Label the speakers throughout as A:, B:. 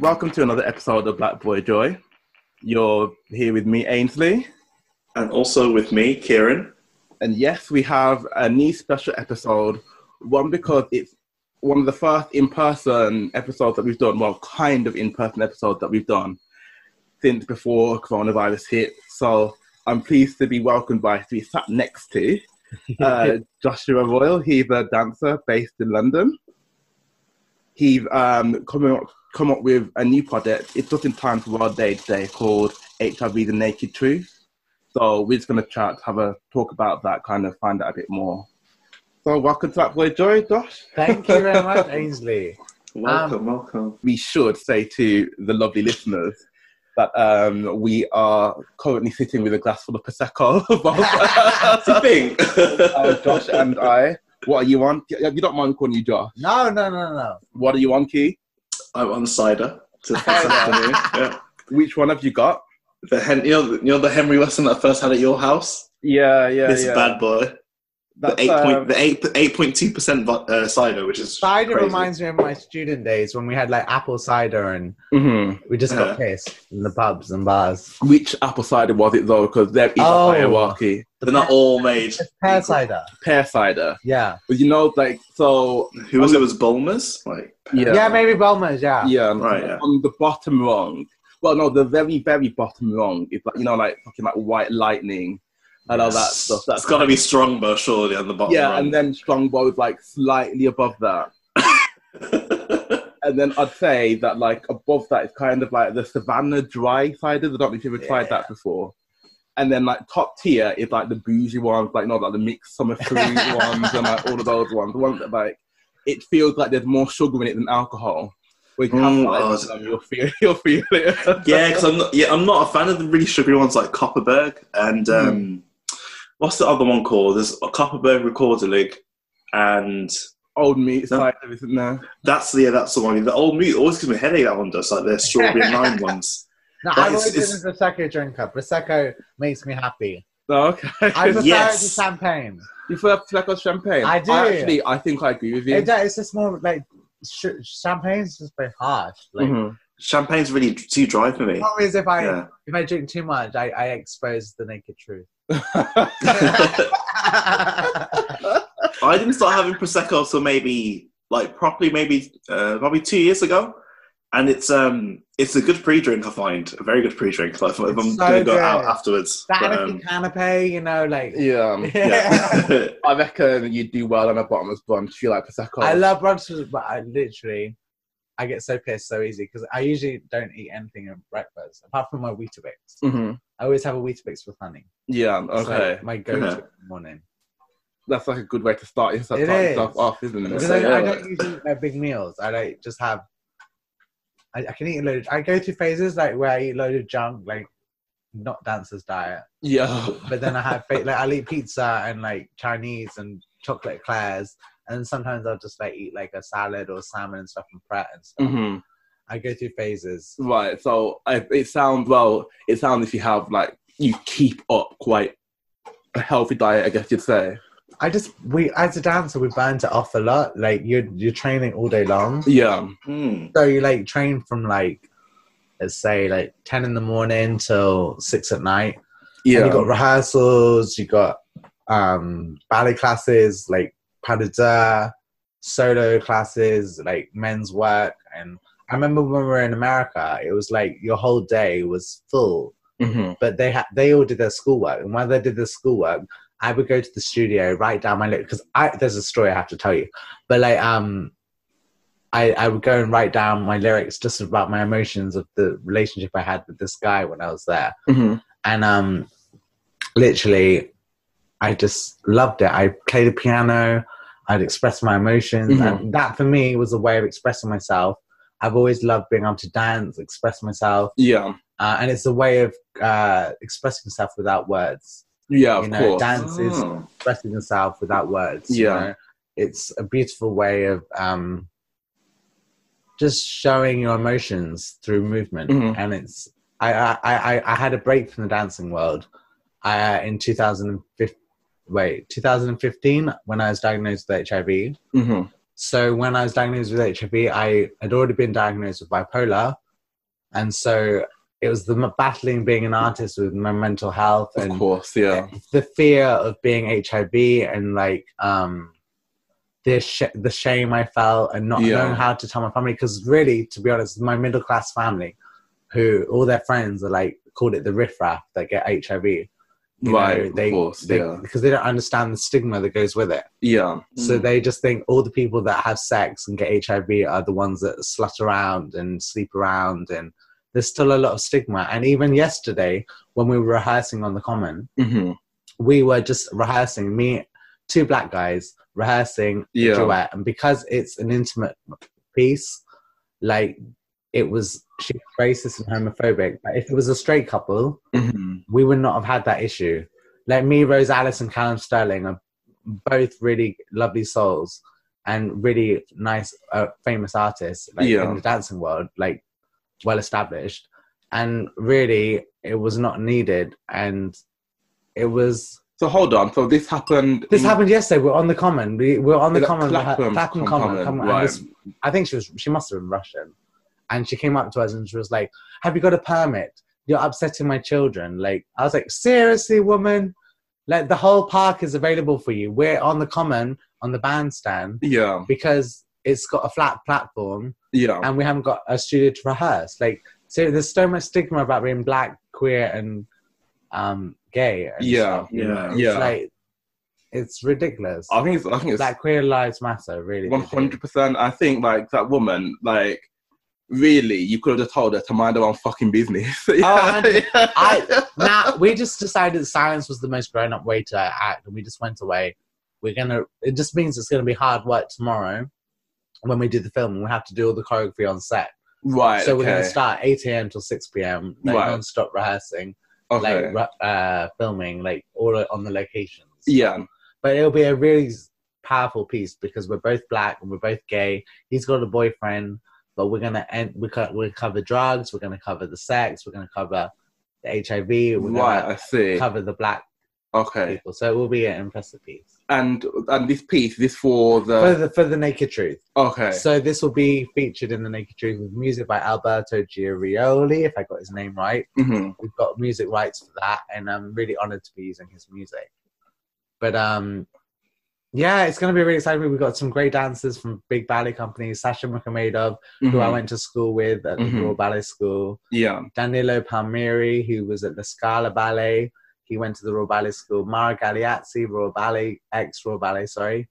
A: welcome to another episode of Black Boy Joy. You're here with me, Ainsley.
B: And also with me, Kieran.
A: And yes, we have a new special episode. One because it's one of the first in person episodes that we've done, well, kind of in person episodes that we've done since before coronavirus hit. So I'm pleased to be welcomed by, to be sat next to uh, Joshua Royal. He's a dancer based in London. He's um, coming up, come up with a new project. It's just in time for World Day today called HIV The Naked Truth. So we're just going to chat, have a talk about that, kind of find out a bit more. So welcome to that boy Joy, Josh.
C: Thank you very much, Ainsley.
B: Welcome, welcome.
A: We should say to the lovely listeners that um, we are currently sitting with a glass full of Prosecco.
B: That's a thing.
A: uh, Josh and I. What are you on? You don't mind calling you Josh.
C: No, no, no, no.
A: What are you on, Key?
B: I'm on cider to this afternoon. Yeah.
A: Which one have you got?
B: The hen- you, know, the- you know the Henry Weston that I first had at your house?
A: Yeah, yeah,
B: this bad boy. The
A: That's,
B: eight
A: um,
B: point, the eight, eight point two percent uh, cider, which is
C: Cider
B: crazy.
C: reminds me of my student days when we had like apple cider and
A: mhm.
C: we just got pissed in the pubs and bars.
A: Which apple cider was it though? Because there is
C: Oh.
A: a hierarchy.
B: They're not all made.
C: Pear cider.
A: Pear cider.
C: Yeah.
A: But you know, like so.
B: Who was it? Was Bulmers? Like
A: Yeah.
C: yeah. maybe Bulmers, yeah.
A: Yeah,
B: Right, yeah.
A: on the bottom rung. Well, no, the very, very bottom rung is like you know, like fucking like white lightning and all that stuff. That's
B: it's got to be Strongbow, surely, on the bottom.
A: yeah,
B: rung.
A: and then Strongbow is like slightly above that, and then I'd say that like above that is kind of like the Savannah Dry ciders. I don't know if you've ever tried
C: Yeah.
A: that before. And then like top tier is like the bougie ones, like not like the mixed summer food ones and like all of those ones. The ones that like it feels like there's more sugar in it than alcohol. When you have
B: Mm,
A: like,
B: oh,
A: of them, you'll feel you'll feel it.
B: yeah, because I'm not. Yeah, I'm not a fan of the really sugary ones like Copperberg and
C: Hmm.
B: um, what's the other one called? There's a Copperberg Recorderlig, and
A: old meat
B: No.
A: cider, isn't there?
B: that's the yeah, that's the one. The old meat always gives me a headache. That one does, like the strawberry and lime ones.
C: No,
B: That
C: I've
B: is-
C: always
B: is-
C: been a Prosecco drinker. Prosecco makes me happy.
A: Oh, okay.
C: I prefer
B: Yes.
C: the champagne.
A: you prefer Prosecco champagne?
C: I do.
A: actually, I think I agree with you.
C: It, it's just more like sh- champagne's just very harsh. Like,
A: Mhm.
B: Champagne's really too dry for me.
C: Always if I
B: Mm-hmm. Yeah.
C: if I drink too much, I, I expose the naked truth.
B: I didn't start having prosecco till maybe like properly maybe uh, probably two years ago, and it's um it's a good pre-drink. I find a very good pre-drink. Like if, I'm
C: It's so
B: gonna go
C: good.
B: out afterwards.
C: that
B: But,
C: and
B: um,
C: a canapé, you know, like
A: Yeah. um,
B: yeah.
A: I reckon you do well on a bottomless brunch. You like Prosecco.
C: I love brunches, but I literally I get so pissed so easy because I usually don't eat anything at breakfast apart from my Weetabix.
A: Mhm.
C: I always have a Weetabix with honey.
A: Yeah,
C: It's
A: okay.
C: like my go-to
B: Yeah.
C: in the morning.
A: That's like a good way to start yourself,
C: It
A: start
C: is.
A: yourself off, isn't it?
C: Because
B: So,
C: I,
B: yeah.
C: I don't usually eat like, big meals. I like just have. I, I can eat a load. Of, I go through phases like where I eat a load of junk, like not dancer's diet.
A: Yeah.
C: But then I have fa- like I'll eat pizza and like Chinese and chocolate eclairs, and sometimes I'll just like eat like a salad or salmon and stuff and pret and stuff.
A: hmm
C: I go through phases.
A: Right. So I, it sounds well. It sounds if you have like you keep up quite a healthy diet, I guess you'd say.
C: I just we as a dancer we burnt it off a lot. Like you're you're training all day long.
A: Yeah.
B: Hmm.
C: So you like train from like let's say like ten in the morning till six at night. And you
A: Yeah.
C: got rehearsals, you got um ballet classes, like pas de deux, solo classes, like men's work and I remember when we were in America, it was like your whole day was full
A: hmm
C: but they had they all did their schoolwork, and while they did their schoolwork, I would go to the studio, write down my lyrics because I there's a story I have to tell you, but like um, I I would go and write down my lyrics just about my emotions of the relationship I had with this guy when I was there,
A: hmm
C: and um, literally, I just loved it. I played the piano, I'd express my emotions,
A: Mhm.
C: and that for me was a way of expressing myself. I've always loved being able to dance, express myself
A: Yeah.
C: uh, and it's a way of uh, expressing yourself without words.
A: Yeah. Of
C: you know,
A: course.
C: dance is
B: Oh.
C: expressing yourself without words. you
A: Yeah.
C: know. it's a beautiful way of um, just showing your emotions through movement,
A: Mhm.
C: and it's. I, I, I, I had a break from the dancing world uh, in 2015. Wait, 2015 when I was diagnosed with HIV.
A: hmm
C: So when I was diagnosed with HIV, I had already been diagnosed with bipolar, and so it was the m- battling being an artist with my mental health
A: Of
C: and
A: course, yeah.
C: the fear of being HIV and like um, the sh- the shame I felt and not
A: Yeah.
C: knowing how to tell my family because really, to be honest, my middle class family, who all their friends are like called it the riffraff that get HIV, you know,
A: right,
C: they
A: of course,
C: they-
A: yeah.
C: because they don't understand the stigma that goes with it,
A: Yeah,
C: so they just think all the people that have sex and get HIV are the ones that slut around and sleep around and. There's still a lot of stigma, and even yesterday when we were rehearsing on the Common,
A: hmm
C: we were just rehearsing me two black guys rehearsing
A: yeah.
C: duet and because it's an intimate piece like it was she was racist and homophobic but if it was a straight couple
A: hmm
C: we would not have had that issue like me rose alice and callum sterling are both really lovely souls and really nice uh, famous artists like,
A: Yeah.
C: in the dancing world like well established and really it was not needed and it was
A: So hold on. So this happened.
C: this
A: in-
C: happened yesterday. We're on the common. We we're on the
A: Is that
C: common.
A: Clapham
C: Clapham, Clapham
A: Common,
C: common. common. And
A: right.
C: this- I think she was. She must have been Russian, and she came up to us and she was like, "Have you got a permit? You're upsetting my children." Like I was like, "Seriously, woman? Like the whole park is available for you. We're on the common on the bandstand
A: Yeah,
C: because it's got a flat platform
A: yeah,
C: and we haven't got a studio to rehearse. Like so, there's so much stigma about being black, queer, and um, gay. And
A: yeah,
C: stuff.
B: Yeah.
A: yeah.
C: It's like it's ridiculous
A: I think it's. I think it's
C: like queer lives matter really
A: One hundred percent. I think like that woman, like really, you could have just told her to mind her own fucking business.
C: and
A: yeah.
C: Oh, I- now we just decided silence was the most grown-up way to act and we just went away we're gonna it just means it's gonna be hard work tomorrow when we do the film and we have to do all the choreography on set
A: right.
C: so
A: okay.
C: we're gonna start 8 a.m till 6 p.m like
A: Right.
C: non-stop rehearsing
A: okay.
C: like re- uh filming like all on the locations
A: yeah.
C: but it'll be a really powerful piece because we're both black and we're both gay. He's got a boyfriend, but we're gonna end. We co- we cover drugs. We're gonna cover the sex. We're gonna cover the HIV. We're
A: Right.
C: gonna
A: I see.
C: cover the black
A: Okay.
C: people. So it will be an impressive piece
A: And and this piece, this for
C: for
A: the
C: the for the Naked Truth.
A: okay.
C: So this will be featured in the Naked Truth with music by Alberto Giorioli, if I got his name right.
A: hmm
C: we've got music rights for that, and I'm really honored to be using his music. But um, yeah, it's going to be really exciting. We've got some great dancers from big ballet companies, Sasha Mukhamedov, who I went to school with at
A: Mhm.
C: the Royal Ballet School,
A: Mm-hmm. Yeah.
C: Danilo Palmieri, who was at the Scala Ballet. He went to the Royal Ballet School. Mara Galeazzi, Royal Ballet, ex Royal Ballet, sorry.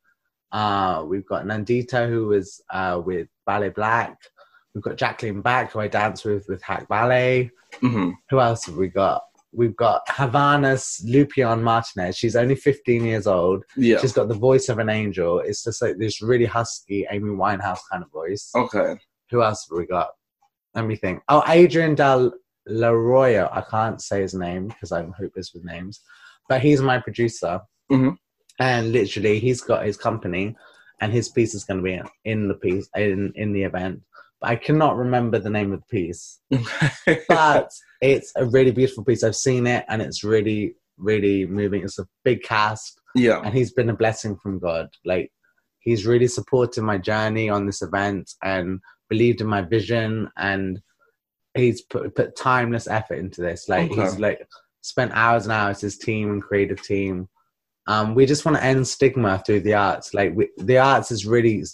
C: Uh, we've got Nandita, who was uh, with Ballet Black. We've got Jacqueline Back, who I danced with with Hack Ballet
A: hmm
C: who else have we got? We've got Havana's Lupion Martinez. She's only 15 years old.
A: Yeah.
C: She's got the voice of an angel. It's just like this really husky Amy Winehouse kind of voice.
A: Okay.
C: Who else have we got? Let me think. Oh, Adrian Del Laroyo. I can't say his name because I'm hopeless with names, but he's my producer.
A: Mhm.
C: And literally, he's got his company, and his piece is going to be in, in the piece in in the event. But I cannot remember the name of the piece but it's a really beautiful piece. I've seen it and it's really, really moving. It's a big cast
A: yeah.
C: and he's been a blessing from God. Like, he's really supported my journey on this event and believed in my vision and he's put, put timeless effort into this. Like,
A: Okay.
C: he's like spent hours and hours, his team and creative team. Um, we just want to end stigma through the arts. Like, we, the arts is really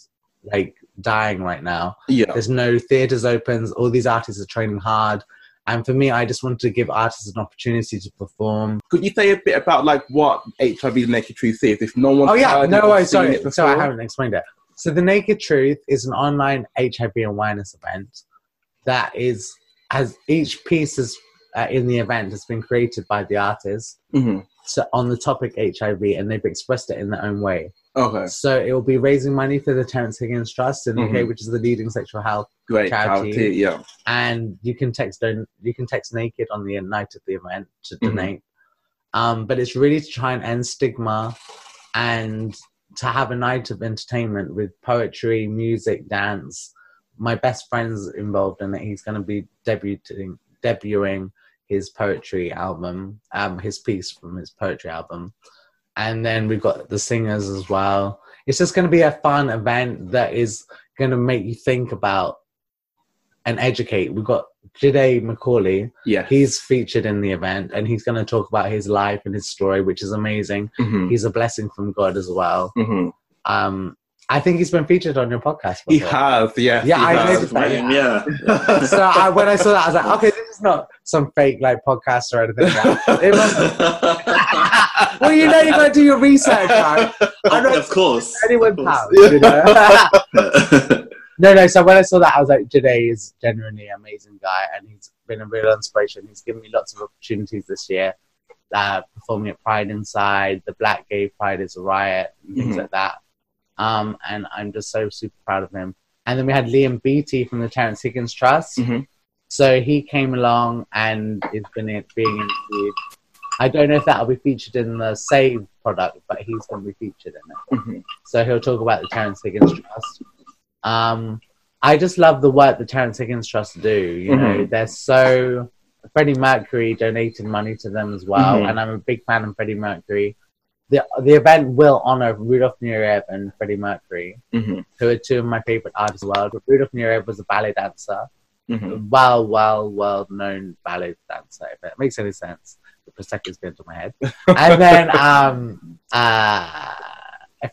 C: like dying right now
A: Yeah.
C: there's no theaters opens all these artists are training hard and for me i just wanted to give artists an opportunity to perform
A: Could you say a bit about like what HIV naked truth is? If no one.
C: oh yeah no I sorry so i haven't explained it so the naked truth is an online hiv awareness event that is has each piece is uh, in the event has been created by the artist
A: hmm
C: so on the topic hiv and they've expressed it in their own way
A: Mm-hmm. Okay.
C: so it will be raising money for the terence higgins trust in the
A: Mhm.
C: uk which is the leading sexual health
A: Great.
C: Charity.
A: Charity. Yeah.
C: and you can text don- you can text naked on the night of the event to
A: Mhm.
C: donate. Um, but it's really to try and end stigma and to have a night of entertainment with poetry, music, dance. My best friend's involved in it. He's going to be debuting debuting his poetry album, um, his piece from his poetry album, and then we've got the singers as well. It's just going to be a fun event that is going to make you think about and educate. We've got Jide Macaulay.
A: Yeah.
C: He's featured in the event and he's going to talk about his life and his story, which is amazing.
B: Mm.
A: hmm
C: He's a blessing from God as well.
A: hmm
C: Um, I think he's been featured on your podcast.
A: He
C: before.
A: has, yes.
C: Yeah,
A: he
C: I
A: has.
C: noticed that,
B: Right, yeah.
C: so I, when I saw that, I was like, okay, this is not some fake like podcast or anything. Like that. It must- well, you know, you got to do your research, right? I don't-
B: of course.
C: Anyone's
B: of course.
C: house, you know. no, no. So when I saw that, I was like, Jade is genuinely an amazing guy, and he's been a real inspiration. He's given me lots of opportunities this year. Uh, performing at Pride Inside, the Black Gay Pride is a riot, and things
A: Mhm.
C: like that. Um, and I'm just so super proud of him. And then we had Liam Beattie from the Terence Higgins Trust.
A: Mhm.
C: So he came along and is been in- being interviewed. I don't know if that'll be featured in the Save product, but he's going to be featured in it.
A: Mhm.
C: So he'll talk about the Terence Higgins Trust. Um, I just love the work the Terence Higgins Trust do. You know, they're so. Freddie Mercury donated money to them as well,
A: Mhm.
C: and I'm a big fan of Freddie Mercury. The, the event will honor Rudolf Nureyev and Freddie Mercury,
A: Mhm.
C: who are two of my favorite artists in the world. Rudolf Nureyev was a ballet dancer,
A: Mhm.
C: well, well, well known ballet dancer, if it makes any sense. The Prosecco's going to my head. And then um, uh,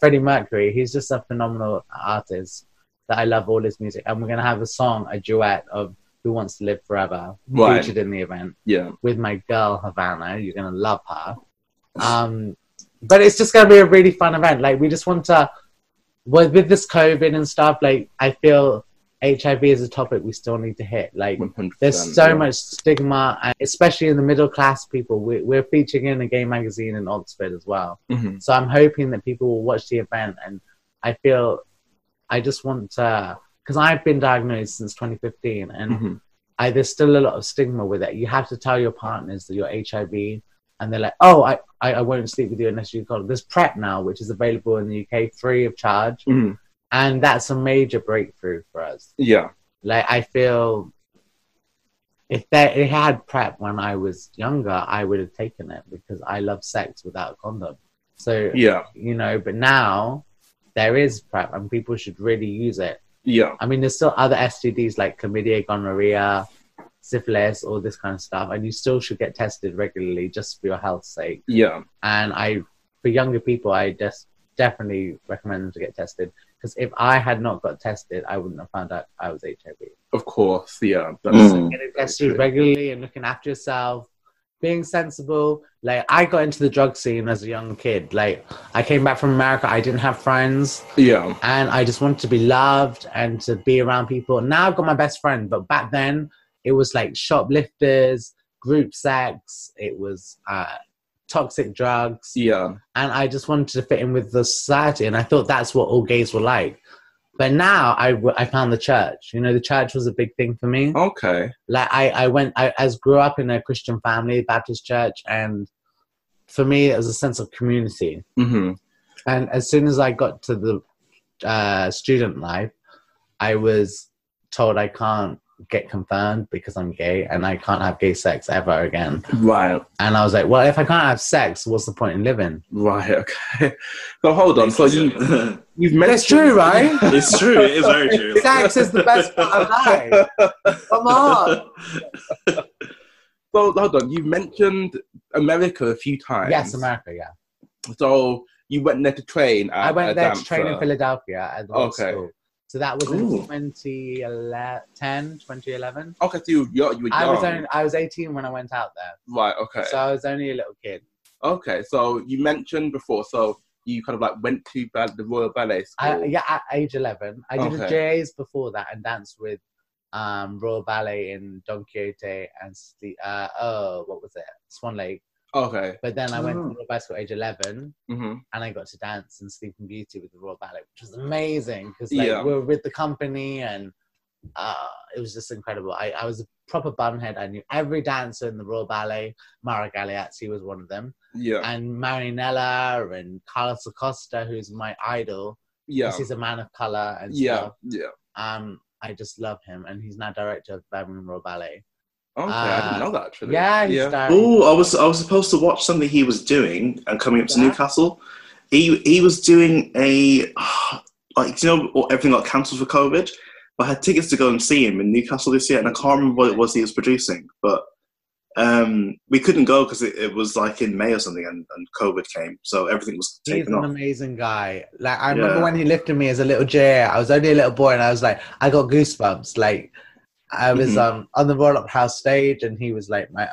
C: Freddie Mercury, he's just a phenomenal artist that I love all his music. And we're going to have a song, a duet of Who Wants to Live Forever,
A: Right.
C: featured in the event
A: Yeah.
C: with my girl Havana. You're gonna love her. Um, but it's just gonna be a really fun event. Like we just want to, with with this COVID and stuff. Like I feel HIV is a topic we still need to hit. Like
A: 100%,
C: there's so
A: yeah.
C: much stigma, and especially in the middle class people. We, we're featuring in a gay magazine in Oxford as well.
A: Mhm.
C: So I'm hoping that people will watch the event, and I feel I just want to because I've been diagnosed since 2015, and
A: Mhm.
C: I, there's still a lot of stigma with it. You have to tell your partners that you're HIV, and they're like, "Oh, I, I, I won't sleep with you unless you call." There's PrEP now, which is available in the UK free of charge,
A: Mhm.
C: and that's a major breakthrough for us.
A: Yeah.
C: Like I feel, if they it had PrEP when I was younger, I would have taken it because I love sex without a condom. So
A: Yeah.
C: you know, but now there is PrEP, and people should really use it.
A: Yeah.
C: I mean, there's still other STDs like chlamydia, gonorrhea, syphilis, all this kind of stuff, and you still should get tested regularly just for your health's sake.
A: Yeah.
C: And I, for younger people, I just definitely recommend them to get tested because if I had not got tested, I wouldn't have found out I was HIV.
A: Of course. Yeah. That's
B: Mm.
C: Getting tested
A: true.
C: regularly and looking after yourself, being sensible. Like I got into the drug scene as a young kid. Like I came back from America, I didn't have friends
A: Yeah.
C: and I just wanted to be loved and to be around people. Now I've got my best friend, but back then it was like shoplifters, group sex, it was uh, toxic drugs,
A: Yeah.
C: and I just wanted to fit in with the society, and I thought that's what all gays were like. But now I, w- I found the church. You know, the church was a big thing for me
A: Okay.
C: like I, I went I as grew up in a Christian family, Baptist church, and for me it was a sense of community.
A: Mm-hmm.
C: And as soon as I got to the uh, student life, I was told I can't get confirmed because I'm gay and I can't have gay sex ever again.
A: Right.
C: And I was like, well, if I can't have sex, what's the point in living?
A: Right. Okay. So hold on. So you you've mentioned
C: That's true, right?
B: it's true. It is very true.
C: sex is the best part of life. Come on.
A: So hold on. You've mentioned America a few times.
C: Yes, America, yeah.
A: So you went there to train. At,
C: I
A: a
C: went there to
A: dancer.
C: train in Philadelphia at the old
A: Okay.
C: school. So that was in
B: Ooh.
C: 2010, 2011.
A: Okay, so you, you're, you were young.
C: I was only, I was 18 when I went out there.
A: right. Okay.
C: So I was only a little kid.
A: okay. So you mentioned before. So you kind of like went to ba- the Royal Ballet School.
C: I, yeah, at age 11. I did
A: Oh. Okay.
C: a JAs before that and danced with um, Royal Ballet in Don Quixote and, Ste- uh, oh, what was it? Swan Lake.
A: Okay.
C: But then I went to
B: Oh.
C: the Royal Ballet School at age 11
A: Mm-hmm.
C: and I got to dance in Sleeping Beauty with the Royal Ballet, which was amazing because like,
A: Yeah.
C: we were with the company and uh, it was just incredible. I, I was a proper bunhead. I knew every dancer in the Royal Ballet. Mara Galeazzi was one of them,
A: Yeah.
C: and Marinella and Carlos Acosta, who's my idol.
A: Yeah.
C: This is a man of color and
A: Yeah.
C: stuff.
A: Yeah.
C: Um, I just love him, and he's now director of Birmingham Royal Ballet.
A: Okay. I didn't
C: Uh,
A: know that actually.
C: Yeah, he's
A: Yeah.
C: directing.
B: Oh, I was I was supposed to watch something he was doing and coming up to
C: Yeah.
B: Newcastle. He he was doing a like do you know everything got cancelled for COVID, But I had tickets to go and see him in Newcastle this year, and I can't remember what it was he was producing, but um, we couldn't go because it, it was like in May or something, and, and COVID came, so everything was
C: He's
B: taken
C: an
B: off.
C: amazing guy. Like I
B: Yeah.
C: remember when he lifted me as a little JA, I was only a little boy, and I was like, I got goosebumps. Like I was
B: Mhm.
A: Mm-hmm.
C: um on the Royal Up House stage, and he was like my.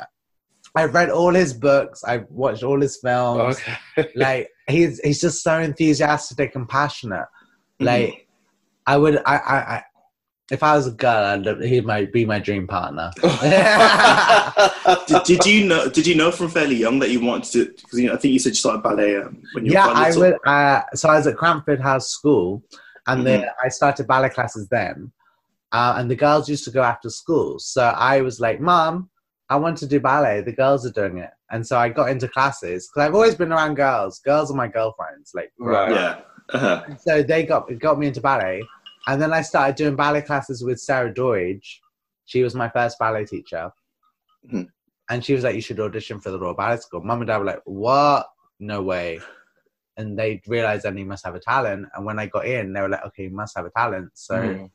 C: I read all his books. I have watched all his films.
A: Oh, Okay.
C: Like he's he's just so enthusiastic and passionate.
B: Mhm.
C: Like I would I I. I if I was a girl, I'd, he might be my dream partner.
B: did, did you know? Did you know from fairly young that you wanted to? Because you know, I think you said you started ballet um, when you
C: yeah,
B: were quite
C: I
B: little.
C: would. Uh, so I was at Cranford House School, and then I started ballet classes then. Uh, and the girls used to go after school, so I was like, "Mom, I want to do ballet. The girls are doing it." And so I got into classes because I've always been around girls. Girls are my girlfriends. Like,
A: Right.
B: Yeah. Uh-huh.
C: and so they got got me into ballet, and then I started doing ballet classes with Sarah Doidge. She was my first ballet teacher,
B: Mhm.
C: and she was like, "You should audition for the Royal Ballet School." Mum and Dad were like, "What? No way!" And they realized then you must have a talent. And when I got in, they were like, "Okay, you must have a talent." So
A: Mm.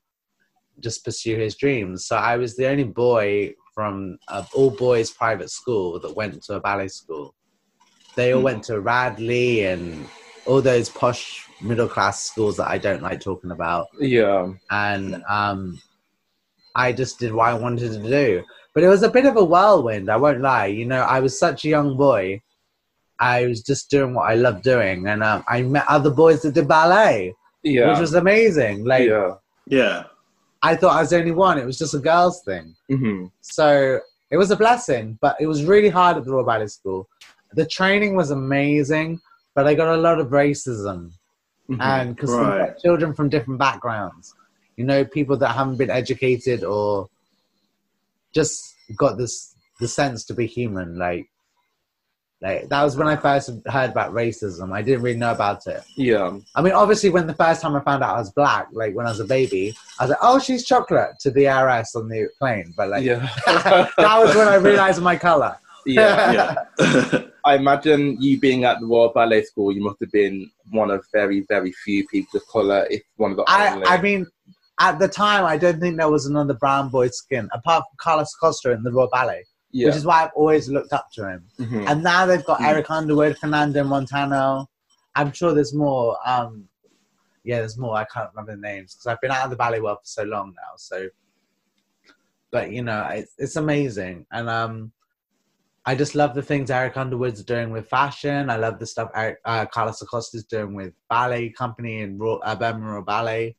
C: just pursue his dreams. So I was the only boy from a all boys private school that went to a ballet school. They all
B: Hmm.
C: went to Radley and all those posh middle class schools that I don't like talking about.
A: Yeah.
C: And um, I just did what I wanted to do. But it was a bit of a whirlwind, I won't lie. You know, I was such a young boy. I was just doing what I loved doing. And um, I met other boys that did ballet,
A: Yeah.
C: which was amazing. Like,
A: yeah.
B: Yeah.
C: I thought I was the only one. It was just a girls' thing.
A: hmm
C: So it was a blessing, but it was really hard at the Royal Ballet School. The training was amazing, but I got a lot of racism
A: Mhm.
C: and because
B: Right.
C: children from different backgrounds, you know, people that haven't been educated or just got this the sense to be human. Like, like that was when I first heard about racism. I didn't really know about it.
A: Mm-hmm. yeah.
C: I mean, obviously, when the first time I found out I was black, like when I was a baby, I was like, "Oh, she's chocolate" to the ARS on the plane. But like,
A: yeah.
C: that was when I realized my color.
A: yeah.
B: Yeah.
A: I imagine you being at the Royal Ballet School, you must have been one of very, very few people of colour, if one of the
C: I,
A: only.
C: I mean, at the time, I don't think there was another brown boy's skin apart from Carlos Costa in the Royal Ballet,
A: yeah.
C: which is why I've always looked up to him.
A: Mhm.
C: And now they've got
B: Mm.
C: Eric Underwood, Fernando Montano. I'm sure there's more. Um, yeah, there's more. I can't remember the names because I've been out of the ballet world for so long now. So, but you know, it's, it's amazing, and um, I just love the things Eric Underwood's doing with fashion. I love the stuff Eric, uh, Carlos Acosta's doing with ballet company and Royal, uh, Birmingham Royal Ballet.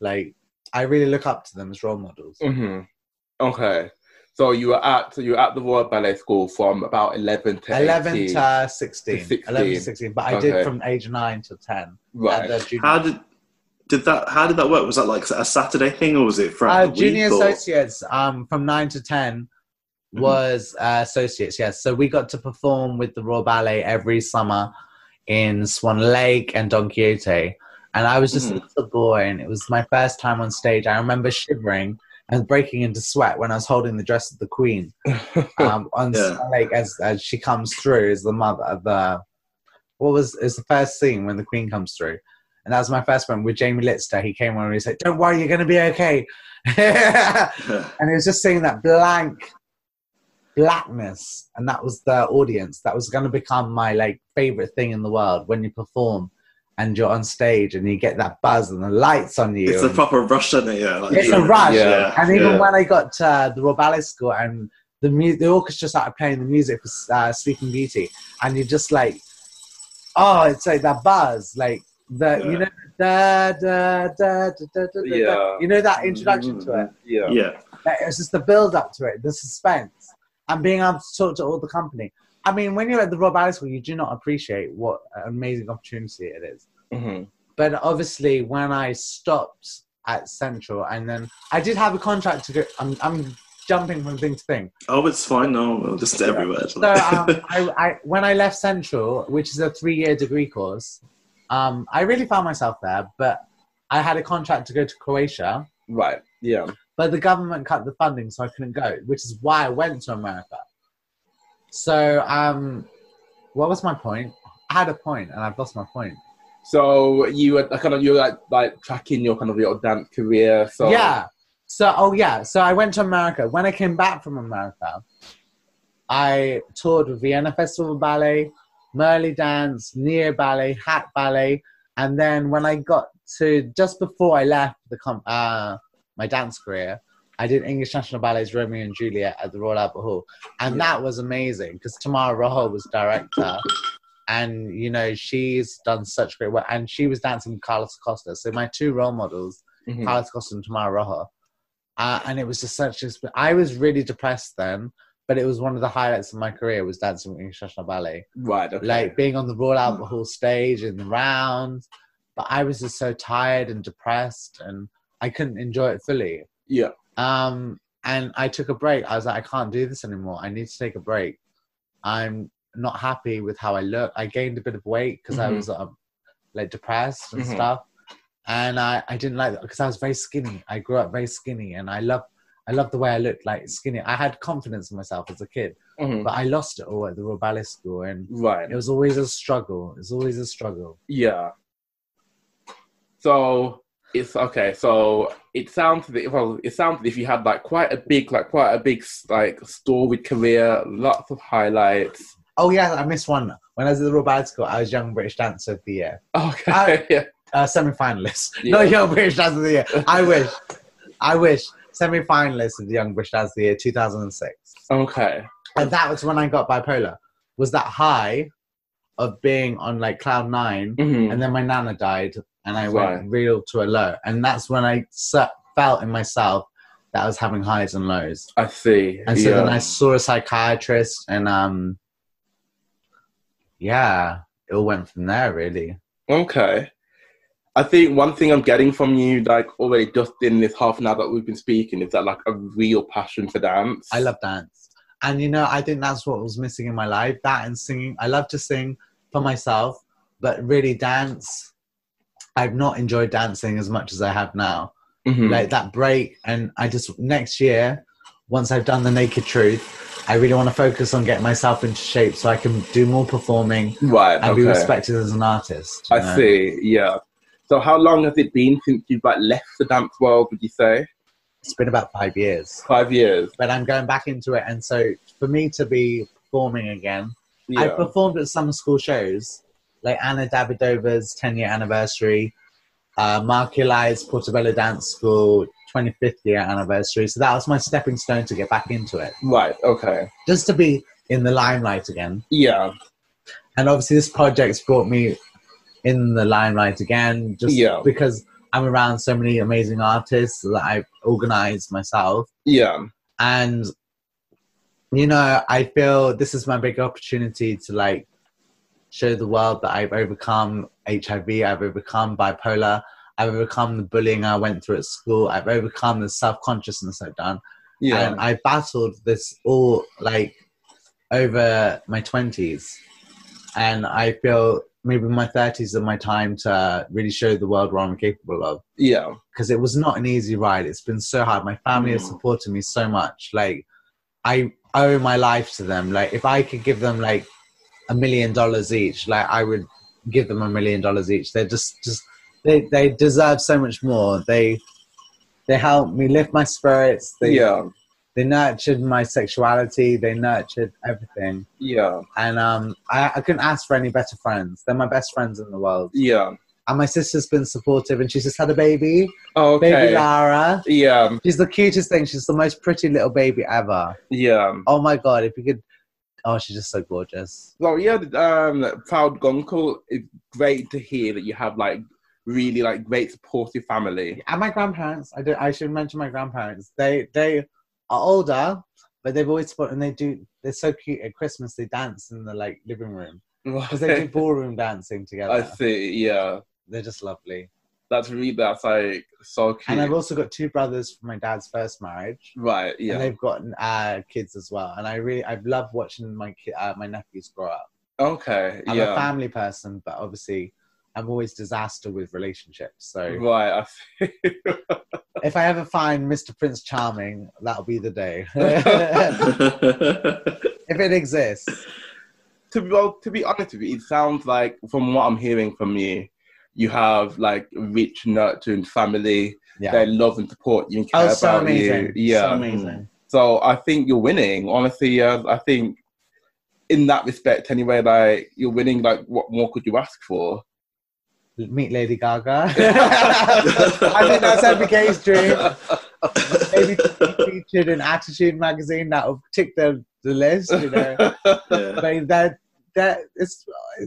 C: Like, I really look up to them as role models.
A: Mhm. Okay. So you were at so you were at the Royal Ballet School from about eleven to
C: 11
A: 18.
C: to 16, 11
A: 16.
C: to 16 but i
A: Okay.
C: did from age 9 to 10 at
A: right.
C: the junior
B: How did did that? How did that work? Was that like a Saturday thing, or was it Friday?
C: Uh, junior
B: week, or-
C: associates um, from 9 to 10
B: Mhm.
C: was uh, associates, yes. So we got to perform with the Royal Ballet every summer in Swan Lake and Don Quixote. And I was just a little boy, and it was my first time on stage. I remember shivering and breaking into sweat when I was holding the dress of the Queen um, on
B: Yeah.
C: Swan Lake as, as she comes through as the mother of the. What was is the first scene when the Queen comes through? And that was my first one with Jamie Litster. He came on and he said, Don't worry, you're going to be okay. and
B: Yeah.
C: he was just seeing that blank blackness. And that was the audience. That was going to become my like favorite thing in the world when you perform and you're on stage and you get that buzz and the lights on you.
B: It's a
C: and-
B: proper rush, isn't it? Yeah. Like,
C: It's a rush.
A: Yeah.
C: and even
B: yeah.
C: when I got to the Royal Ballet School and the mu- the orchestra started playing the music for uh, Sleeping Beauty, and you're just like, oh, it's like that buzz, like the you
B: Yeah.
C: know da da da da da da, da
A: Yeah.
C: da. You know that introduction to it.
B: Mm-hmm.
A: Yeah.
B: yeah.
C: Like, it's just the build up to it, the suspense, and being able to talk to all the company. I mean, when you're at the Royal Ballet School, you do not appreciate what an amazing opportunity it is
A: Mhm.
C: but obviously when I stopped at Central and then I did have a contract to go. I'm, I'm jumping from thing to thing.
B: Oh, it's fine. No, well, just everywhere.
C: So um, I, I, when I left Central, which is a three-year degree course, um, I really found myself there. But I had a contract to go to Croatia,
A: Right. Yeah.
C: but the government cut the funding, so I couldn't go, which is why I went to America. So um, what was my point? I had a point, and I've lost my point.
A: So you were like, kind of you were like like tracking your kind of your dance career. So
C: Yeah. So, oh yeah. So I went to America. When I came back from America, I toured with Vienna Festival Ballet, Merly Dance, Neo Ballet, Hat Ballet, and then when I got to just before I left the com- uh, my dance career, I did English National Ballet's Romeo and Juliet at the Royal Albert Hall, and that was amazing because Tamara Rojo was director. And you know she's done such great work, and she was dancing with Carlos Acosta. So my two role models
A: Mhm.
C: Carlos Costa and Tamara Rojo. Uh, and it was just such a. I was really depressed then, but it was one of the highlights of my career was dancing with English National Ballet.
A: right. Okay.
C: Like being on the Royal Albert Hall stage in the round. But I was just so tired and depressed and I couldn't enjoy it fully.
A: yeah.
C: Um, and I took a break. I was like, I can't do this anymore. I need to take a break. I'm not happy with how I look. I gained a bit of weight because I
A: Mhm.
C: was um, like depressed and
A: Mhm.
C: stuff, and I, I didn't like that because I was very skinny. I grew up very skinny, and I love I love the way I looked like skinny. I had confidence in myself as a kid,
A: Mhm.
C: but I lost it all at the Royal Ballet School, and
A: Right.
C: it was always a struggle. It's always a struggle.
A: Yeah. So it's okay. So it sounds as if- well. It sounds as if you had like quite a big, like quite a big, like storied career, lots of highlights.
C: Oh yeah, I missed one. When I was at the Royal Ballet School, I was Young British Dancer of the Year.
A: Okay.
C: I-
A: yeah.
C: uh, semi-finalist.
A: Yeah.
C: Not Young British Dance of the Year. I wish. I wish. Semi-finalist of the Young British Dance of the Year 2006.
A: Okay.
C: And that was when I got bipolar. Was that high of being on like cloud 9
A: Mhm.
C: and then my nana died and I
A: Right.
C: went real to a low. And that's when I se- felt in myself that I was having highs and lows.
A: I see.
C: And so
A: yeah.
C: then I saw a psychiatrist and um yeah, it all went from there really.
A: Okay. I think one thing I'm getting from you, like already just in this half an hour that we've been speaking, is that like a real passion for dance.
C: I love dance. And you know, I think that's what was missing in my life that and singing. I love to sing for myself, but really, dance, I've not enjoyed dancing as much as I have now.
A: Mhm.
C: Like that break, and I just, next year, once I've done the Naked Truth, I really want to focus on getting myself into shape so I can do more performing
A: right.
C: and be
A: okay.
C: respected as an artist. you
A: I
C: know?
A: see. Yeah. So how long has it been since you've like left the dance world? Would you say
C: It's been about five years,
A: five years?
C: but I'm going back into it. And so for me to be performing again, I
A: Yeah.
C: performed at some school shows, like Anna Davidova's 10 year anniversary, uh, Mark Eli's Portobello Dance School 25th year anniversary. So that was my stepping stone to get back into it,
A: Right. Okay.
C: just to be in the limelight again.
A: Yeah.
C: And obviously, this project's brought me in the limelight again, just
A: Yeah.
C: because I'm around so many amazing artists that I've organized myself
A: Yeah.
C: and you know i feel this is my big opportunity to like show the world that i've overcome hiv i've overcome bipolar i've overcome the bullying i went through at school i've overcome the self-consciousness i've done
A: Yeah.
C: and i battled this all like over my 20s and i feel maybe my 30s are my time to really show the world what i'm capable of
A: yeah.
C: because it was not an easy ride. It's been so hard. My family has
B: Mm.
C: supported me so much. Like, I owe my life to them. Like, if I could give them like a million dollars each, like I would give them a million dollars each. They're just, just they, they deserve so much more. They, they helped me lift my spirits. They,
A: Yeah.
C: they nurtured my sexuality. They nurtured everything.
A: Yeah.
C: And um, I, I couldn't ask for any better friends. They're my best friends in the world.
A: Yeah.
C: And my sister's been supportive, and she's just had a baby, baby
A: Oh, Okay.
C: Lara.
A: Yeah.
C: She's the cutest thing. She's the most pretty little baby ever.
A: Yeah.
C: Oh my god, if you could. Oh, she's just so gorgeous.
A: Well, yeah, um, proud Gunkle. It's great to hear that you have like really like great supportive family.
C: And my grandparents. I do. I should mention my grandparents. They they are older, but they've always supported. And they do. They're so cute at Christmas. They dance in the like living room because they do ballroom dancing
A: I
C: together.
A: see. Yeah,
C: They're just lovely.
A: that's really that's like so cute.
C: And I've also got two brothers from my dad's first marriage.
A: right.
C: And
A: Yeah.
C: they've got uh, kids as well. And I really I've loved watching my ki- uh, my nephews grow up.
A: okay.
C: I'm a
A: yeah.
C: family person, but obviously I'm always disaster with relationships. So
A: Right. I see.
C: if I ever find Mr. Prince Charming, that'll be the day. if
B: yeah,
C: it exists.
A: to be well, to be honest with you, it sounds like from what I'm hearing from you, You have like rich, nurturing family.
C: Yeah.
A: They love and support you and care
C: oh, so
A: about
C: amazing.
A: you. Yeah.
C: So amazing.
A: So I think you're winning. Honestly, uh, I think in that respect, anyway, like you're winning. Like, what more could you ask for? Mm.
C: Meet Lady Gaga. I think that's every gay's dream. Maybe featured in Attitude magazine that will tick the, the list, you know.
B: Yeah.
C: like that that it's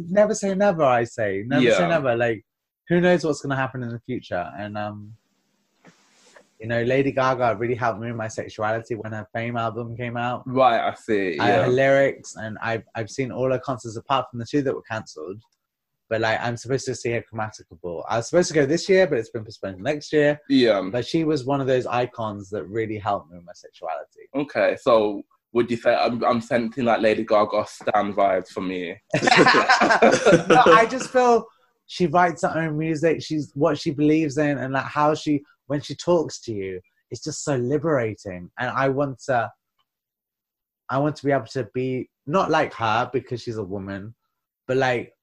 C: never say never i say never
A: Yeah.
C: say never like who knows what's going to happen in the future and um you know lady gaga really helped me with my sexuality when her fame album came out
A: right, I see.
C: I, her
A: Yeah.
C: lyrics and i've i've seen all her concerts apart from the two that were cancelled but like i'm supposed to see her chromatica ball i was supposed to go this year but it's been postponed to next year
A: yeah.
C: but she was one of those icons that really helped me with my sexuality
A: Okay, so would you say I'm, I'm sensing like Lady Gaga stan vibes from you?
C: no, I just feel she writes her own music. She's what she believes in, and like how she when she talks to you, it's just so liberating. And I want to, I want to be able to be not like her because she's a woman, but like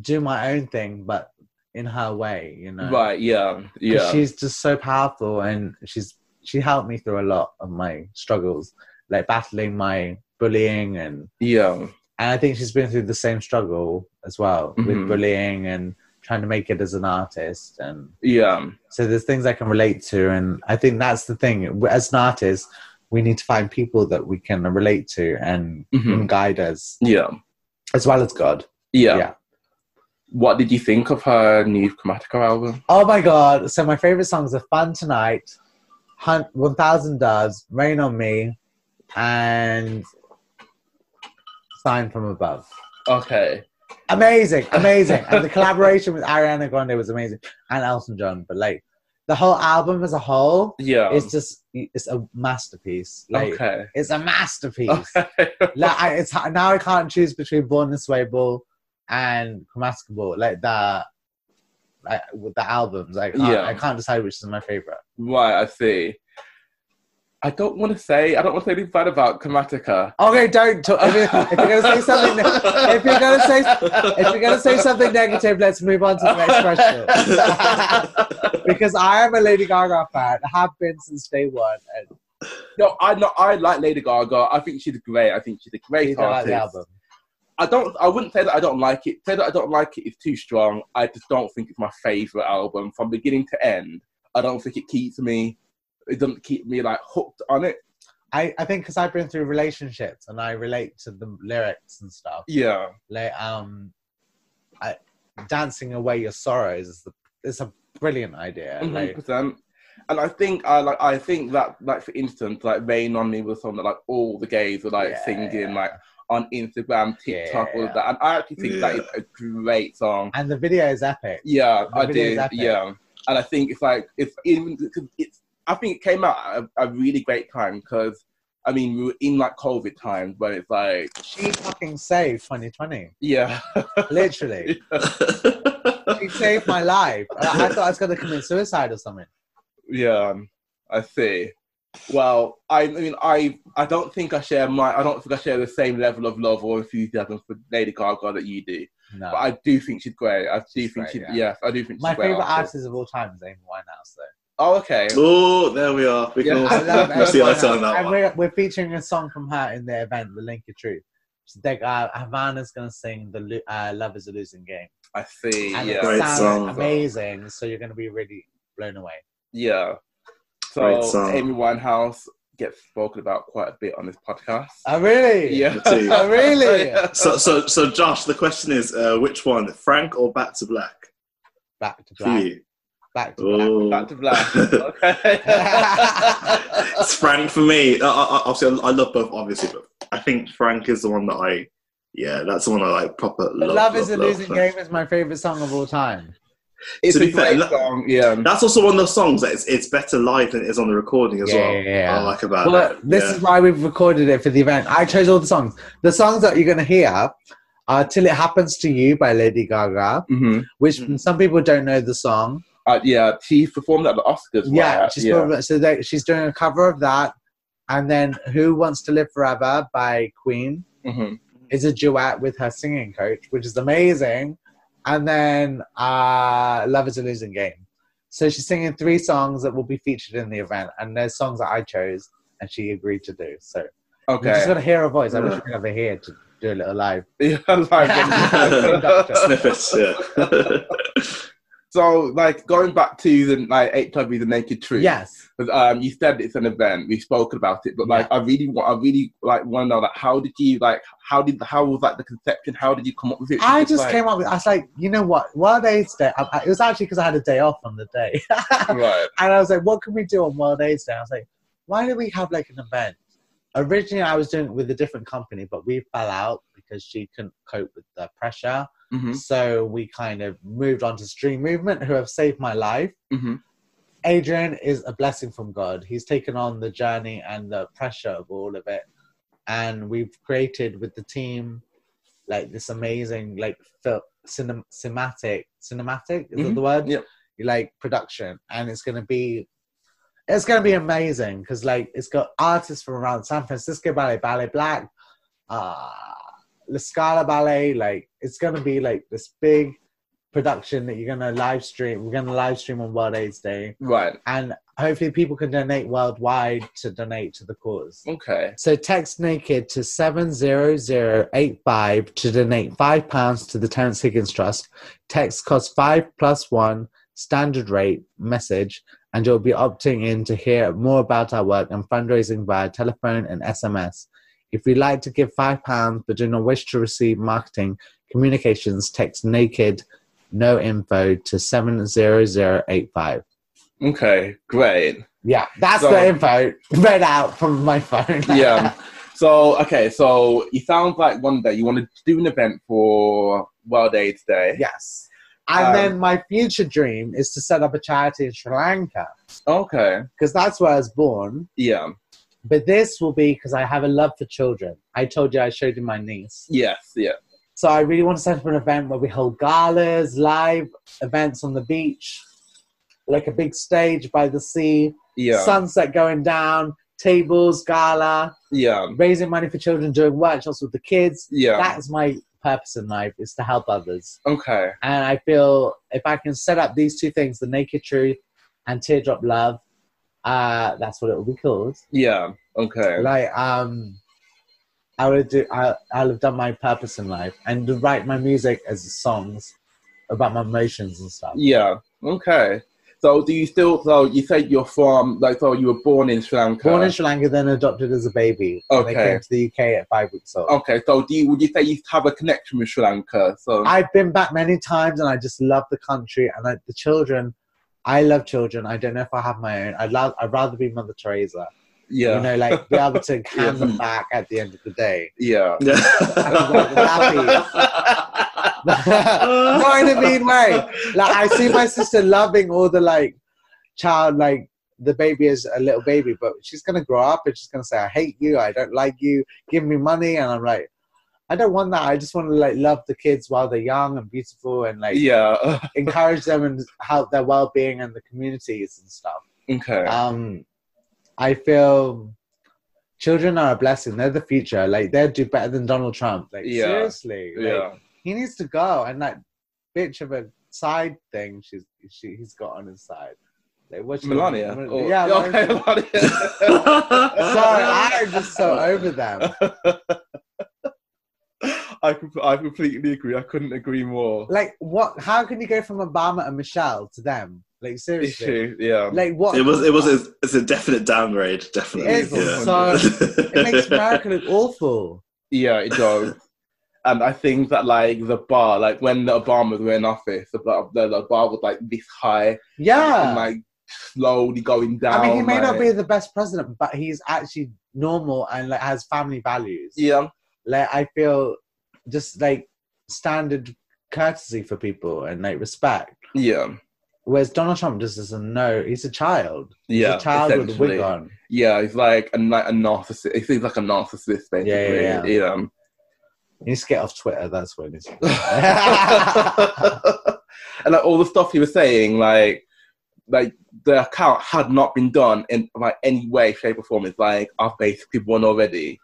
C: do my own thing, but in her way, you know.
A: Right, yeah,
C: 'Cause
A: yeah.
C: She's just so powerful, and she's she helped me through a lot of my struggles, like battling my bullying and
A: Yeah,
C: and I think she's been through the same struggle as well
A: Mhm.
C: with bullying and trying to make it as an artist. And
A: yeah,
C: so there's things I can relate to, and I think that's the thing. As an artist, we need to find people that we can relate to and
A: mhm,
C: can guide us,
A: yeah,
C: as well as God.
A: yeah,
C: Yeah.
A: What did you think of her new Chromatica album?
C: Oh my God! So my favorite songs are "Fun Tonight," Hunt, "One Thousand Doves," "Rain on Me," and "Sign from Above."
A: Okay,
C: amazing, amazing. and the collaboration with Ariana Grande was amazing, and Elton John. But like, the whole album as a whole
A: yeah,
C: is just it's a masterpiece. Like,
A: Um, okay.
C: it's a masterpiece.
A: Okay.
C: like, I, it's now I can't choose between Born This Way Ball and Chromatica Ball. Like the like with the albums, I can't,
A: Yeah.
C: I can't decide which is my favorite.
A: right, I see. I don't want to say I don't want to say anything bad about Chromatica.
C: Okay, don't talk. If, you, if you're gonna say something, if you're gonna say if you're gonna say something negative, let's move on to the next question. because I am a Lady Gaga fan. Have been since day one. And
A: No, I no, I like Lady Gaga. I think she's great. I think she's a great
C: you don't
A: artist.
C: like the album.
A: I don't. I wouldn't say that I don't like it. Say that I don't like it is too strong. I just don't think it's my favorite album from beginning to end. I don't think it keeps me. It doesn't keep me like hooked on it.
C: I, I think because I've been through relationships and I relate to the lyrics and stuff.
A: Yeah,
C: Like um, I, dancing away your sorrows is the it's a brilliant idea.
A: hundred
C: Like
A: percent. um, And I think I like. I think that like for instance, like "Rain on Me" was a song that like all the gays were like
C: Yeah,
A: singing
C: yeah.
A: like on Instagram, TikTok, all
C: Yeah.
A: of that. And I actually think that
B: Yeah.
A: is a great song.
C: and the video is epic.
A: Yeah,
C: The
A: I
C: video's
A: did.
C: epic.
A: Yeah, and I think it's like it's even 'cause it's. I think it came out at a, a really great time because I mean we were in like COVID times where it's like
C: She fucking saved 2020.
A: yeah
C: Literally, she saved my life. I, I thought I was gonna commit suicide or something.
A: yeah I see. Well, I, I mean I I don't think I share my I don't think I share the same level of love or enthusiasm for Lady Gaga that you do,
C: No.
A: but I do think she's great. I do
C: She's
A: think
C: great,
A: she
C: yeah.
A: yes I do think she's
C: my
A: a great.
C: favorite
A: artist.
C: artist of all time is Amy Winehouse, though.
A: Oh okay.
B: oh, there we are. We can
A: Yeah,
B: all,
C: I love
A: We'll
B: we'll see
C: everyone
B: later on
C: else.
B: that
C: And
B: one.
C: we're, we're featuring a song from her in the event, The Link of Truth. She's like, uh, Havana's going to sing the lo- uh, Love is a Losing Game.
A: I see.
C: And
A: yeah.
C: it
B: Great
C: sounds
B: song.
C: amazing, so you're going to be really blown away.
A: Yeah.
B: Great
A: So
B: song.
A: Amy Winehouse gets spoken about quite a bit on this podcast.
C: Oh, really?
A: yeah.
B: Me too.
C: Oh, really?
A: Yeah.
B: So, so, so, Josh, the question is, uh, which one, Frank or Back to Black?
C: Back to
B: For
C: black.
B: you.
C: Back to black.
B: Oh.
A: Back to black. Okay.
B: it's Frank for me. I, I, I- obviously, I love both, obviously, but I think Frank is the one that I, yeah, that's the one I like proper
C: But
B: love.
C: Love, is a Losing Game is my favorite song of all time.
A: it's
B: To
A: a
B: be fair,
A: great
B: look-
A: song. Yeah.
B: That's also one of those songs that it's, it's better live than it is on the recording as
C: Yeah,
B: well.
C: yeah, yeah.
B: I like about
C: Well,
B: it.
C: this
B: Yeah.
C: is why we've recorded it for the event. I chose all the songs. The songs that you're going to hear are Till It Happens to You by Lady Gaga,
A: hmm
C: which
B: Mm.
C: some people don't know the song.
A: Uh, yeah. She performed at the Oscars.
C: Yeah,
A: right?
C: she's probably- so they, she's doing a cover of that, and then "Who Wants to Live Forever" by Queen
A: Mhm.
C: is a duet with her singing coach, which is amazing. and then uh, Love is a Losing Game. So she's singing three songs that will be featured in the event, and there's songs that I chose and she agreed to do. So you just
A: Okay.
C: got to hear her voice. I wish
B: Yeah.
C: we could have her here to do a little live.
A: Yeah, like-
B: Snippets, yeah.
A: so, like, going back to the like HIV, the naked truth.
C: Yes.
A: 'Cause, um, you said it's an event. We've spoken about it, but like, I really want, I really like want to know, like, how did you like, how did, how was like the conception? How did you come up with it?
C: I just
A: like,
C: came up with. I was like, you know what? World AIDS Day. I, I- it was actually because I had a day off on the day, and
A: Right.
C: I was like, what can we do on World AIDS Day? I was like, why don't we have like an event? Originally, I was doing it with a different company, but we fell out because she couldn't cope with the pressure.
A: hmm
C: So we kind of moved on to Stream Movement, who have saved my life.
A: hmm
C: Adrian is a blessing from God. He's taken on the journey and the pressure of all of it. And we've created with the team like this amazing like fil- cinem- cinematic cinematic is that
A: Mhm.
C: the word?
A: Yep.
C: Like production. And it's gonna be it's gonna be amazing because like it's got artists from around San Francisco Ballet, Ballet Black, uh La Scala Ballet, like it's gonna be like this big production that you're gonna live stream. We're gonna live stream on World AIDS Day
A: Right.
C: and hopefully people can donate worldwide to donate to the cause.
A: Okay.
C: So text naked to 70085 to donate £5 pounds to the Terence Higgins Trust. Text costs 5 plus 1 standard rate message and you'll be opting in to hear more about our work and fundraising via telephone and SMS. If you'd like to give £5 pounds but do not wish to receive marketing communications, text naked no info to 70085.
A: Okay. Great.
C: Yeah, that's
A: So-
C: the info read out from my phone.
A: yeah. So okay, so it sounds like one day you want to do an event for World AIDS Day.
C: yes. And
A: Um,
C: then my future dream is to set up a charity in Sri Lanka
A: Okay.
C: because that's where I was born.
A: Yeah.
C: But this will be because I have a love for children. I told you I showed you my niece.
A: Yes. Yeah.
C: So I really want to set up an event where we hold galas, live events on the beach, like a big stage by the sea,
A: Yeah.
C: sunset going down, tables, gala,
A: yeah.
C: raising money for children, doing workshops with the kids.
A: Yeah.
C: That's my purpose in life is to help others.
A: okay.
C: And I feel if I can set up these two things, the naked truth and teardrop love, uh, that's what it will be called.
A: Yeah. Okay.
C: Like, um, I would do, I, I'll have done my purpose in life and to write my music as songs about my emotions and stuff.
A: Yeah. Okay. So do you still? So you say you're from like so you were born in Sri Lanka.
C: Born in Sri Lanka, then adopted as a baby. And I
A: Okay.
C: came to the UK at five weeks old.
A: Okay. So do you? Would you say you have a connection with Sri Lanka? So
C: I've been back many times and I just love the country and I, the children. I love children. I don't know if I have my own. I'd, love, I'd rather be Mother Teresa.
A: yeah.
C: You know, like be able to hand them back at the end of the day.
A: yeah.
B: Yeah.
C: Not in a mean way. Like I see my sister loving all the like child, like the baby is a little baby, but she's gonna grow up and she's gonna say, "I hate you. I don't like you. Give me money." And I'm like, I don't want that. I just want to like love the kids while they're young and beautiful and like
A: Yeah.
C: encourage them and help their well-being and the communities and stuff.
A: Okay.
C: um i feel children are a blessing they're the future like they'll do better than donald trump like
A: Yeah.
C: seriously like,
A: yeah.
C: he needs to go and that bitch of a side thing she's she, he's got on his side like what's your-
A: Melania.
C: Mel-
A: or-
C: yeah
A: Okay.
C: Melania.
A: Melania.
C: sorry i'm just so over them
A: I com- I completely agree. I couldn't agree more.
C: like what how can you go from obama and michelle to them like
A: It's
C: seriously
A: true. Yeah.
C: like what
B: It was. It was. It's a definite downgrade. Definitely.
A: It is,
B: yeah.
C: so- it makes america look awful
A: Yeah, it does. and I think that like the bar, like when the Obamas were in office, the bar, the, the bar was like this high.
C: yeah
A: And like slowly going down.
C: I mean, he may not
A: like-
C: be the best president, but he's actually normal and like has family values.
A: Yeah.
C: Like I feel just like standard courtesy for people and like respect.
A: Yeah.
C: Whereas Donald Trump just doesn't know he's a child. He's
A: Yeah.
C: a child with a
A: essentially.
C: wig on.
A: Yeah, he's like a, na- a narcissist. He seems like a narcissist, basically.
C: Yeah, yeah,
A: yeah.
C: He needs to get off Twitter. That's when it's.
A: and like all the stuff he was saying, like like the account had not been done in like any way, shape, or form. It's like I've basically won already,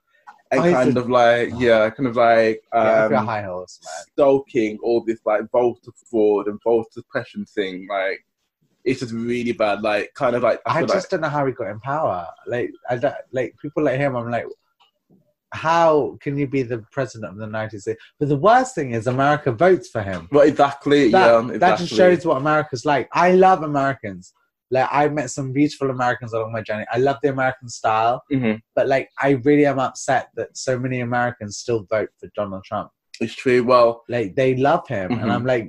A: and
C: I
A: kind
C: see.
A: of like yeah, kind of like
C: Get off your
A: um,
C: high horse, man.
A: stoking all this like vote to fraud and vote to depression thing. Like it's just really bad. Like kind of like I,
C: I
A: feel
C: just don't know how he got in power. Like I don't, like people like him. I'm like, how can you be the president of the United States? But the worst thing is America votes for him.
A: like well exactly
C: That,
A: yeah um, exactly.
C: that just shows what America's like. I love Americans. Like I met some beautiful Americans along my journey. I love the American style,
A: Mhm.
C: but like I really am upset that so many Americans still vote for Donald Trump.
A: it's true. Well,
C: Like they love him,
A: Mhm.
C: and I'm like,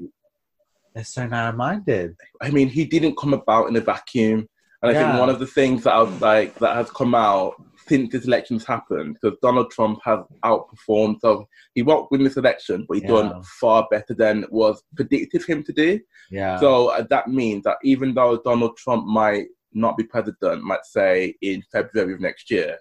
C: they're so narrow-minded.
A: I mean, he didn't come about in a vacuum. And I
C: Yeah.
A: think one of the things that I've like that has come out since this election's happened, because Donald Trump has outperformed. So he won't win this election, but he's
C: Yeah.
A: done far better than it was predicted for him to do.
C: Yeah.
A: So
B: Um,
A: uh, that means that even though Donald Trump might not be president, might say in February of next year,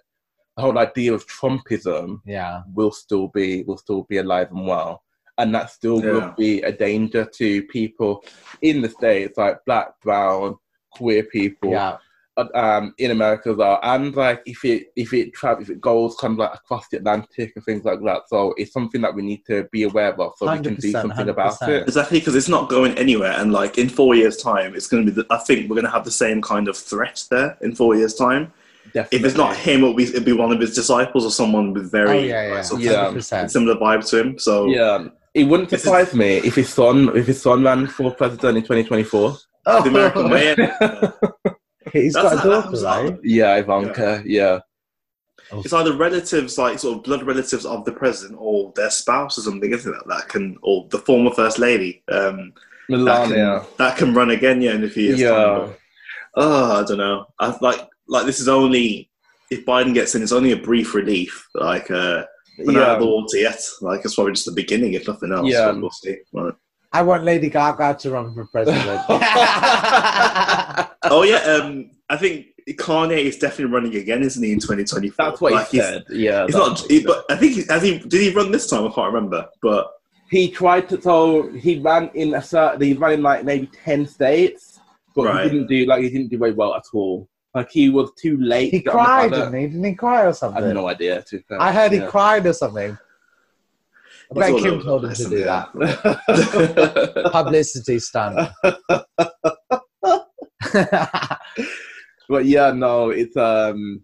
A: the whole idea of Trumpism
C: yeah.
A: will still be will still be alive and well, and that still
B: Yeah.
A: will be a danger to people in the states, like black, brown, queer people,
C: Yeah.
A: uh, um, in America as well. And like if it if it tra- if it goes kind of like across the Atlantic and things like that, so it's something that we need to be aware of, so we can do
C: 100%,
A: something about
C: 100%.
A: it.
B: Exactly, because it's not going anywhere. And like in four years' time, it's going to be. The, I think we're going to have the same kind of threat there in four years' time.
A: Definitely.
B: If it's not him, it'll be, it'd be one of his disciples or someone with very
C: Oh yeah, yeah.
B: like, sort of
A: Yeah.
C: 100%.
B: similar vibe to him. So
A: Yeah, it wouldn't
B: This is-
A: surprise me if his son if his son ran for president in 2024.
B: the American way. yeah.
C: He's
B: That's
C: got a
B: not- that
C: daughter,
B: was
C: right?
B: not-
A: Yeah, Ivanka. Yeah,
B: It's either relatives, like sort of blood relatives of the president, or their spouse or something, isn't it? That can, or the former first lady. Um, that,
A: Melania.
B: can, that can run again, yeah, in a few years.
A: Yeah.
B: time. Oh, I don't know. I like like this is only if Biden gets in, it's only a brief relief. Like uh, we're not out of the
A: Yeah,
B: water yet. Like it's probably just the beginning, if nothing else.
A: Yeah.
B: but we'll see. Right.
C: I want Lady Gaga to run for president.
B: Oh yeah, um, I think Kanye is definitely running again, isn't he? In twenty twenty four.
A: that's what
B: like,
A: he said. Yeah, that's
B: He's, he's not,
A: what
B: he,
A: said.
B: but I think he, has he did he run this time? I can't remember. But
A: he tried to. So he ran in a certain. He ran in like maybe ten states, but
B: Right.
A: he didn't do like he didn't do very well at all. Like he was too late.
C: he
A: to get on the
C: cried,
A: ballot.
C: didn't he? Didn't he cry or
A: I
C: something?
A: have no idea. To be fair.
C: I heard he
A: Yeah.
C: cried or something. I
B: it's
C: bet
B: all
C: Kim
B: over
C: told
B: the
C: him to
B: place,
C: do that.
B: isn't it?
C: Publicity stunt.
A: But yeah, no, it's um,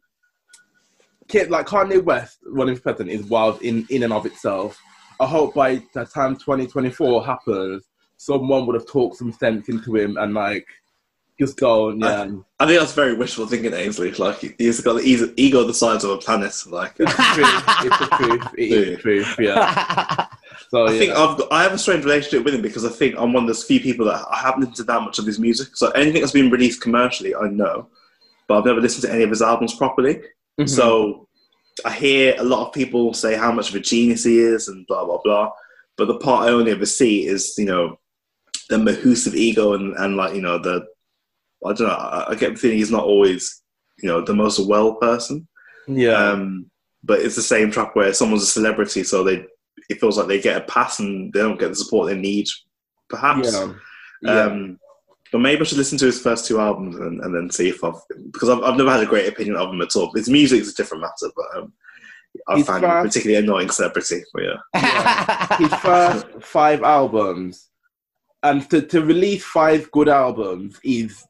A: kid like Kanye West running for president is wild in in and of itself. I hope by the time 2024 happens, someone would have talked some sense into him and like just gone, yeah,
B: I think that's very wishful thinking, Ainsley. Like he's got the he's- ego the size of a planet. Like uh,
A: it's the truth, it's the truth, it is the truth, yeah. So Oh,
B: I
A: yeah.
B: think I've got, I have a strange relationship with him because I think I'm one of those few people that I haven't listened to that much of his music. So anything that's been released commercially, I know, but I've never listened to any of his albums properly.
A: Mhm.
B: So I hear a lot of people say how much of a genius he is and blah blah blah. But the part I only ever see is you know the mahus of ego and and like you know the I don't know. I, I get the feeling he's not always you know the most well person.
A: yeah,
B: Um, but it's the same trap where someone's a celebrity, so they it feels like they get a pass and they don't get the support they need, perhaps.
A: yeah, yeah.
B: Um, but maybe I should listen to his first two albums and, and then see if I've because I've, I've never had a great opinion of him at all. His music is a different matter, but um, I
A: His
B: find him a
A: first-
B: particularly annoying celebrity. But yeah,
A: his first five albums, and to, to release five good albums is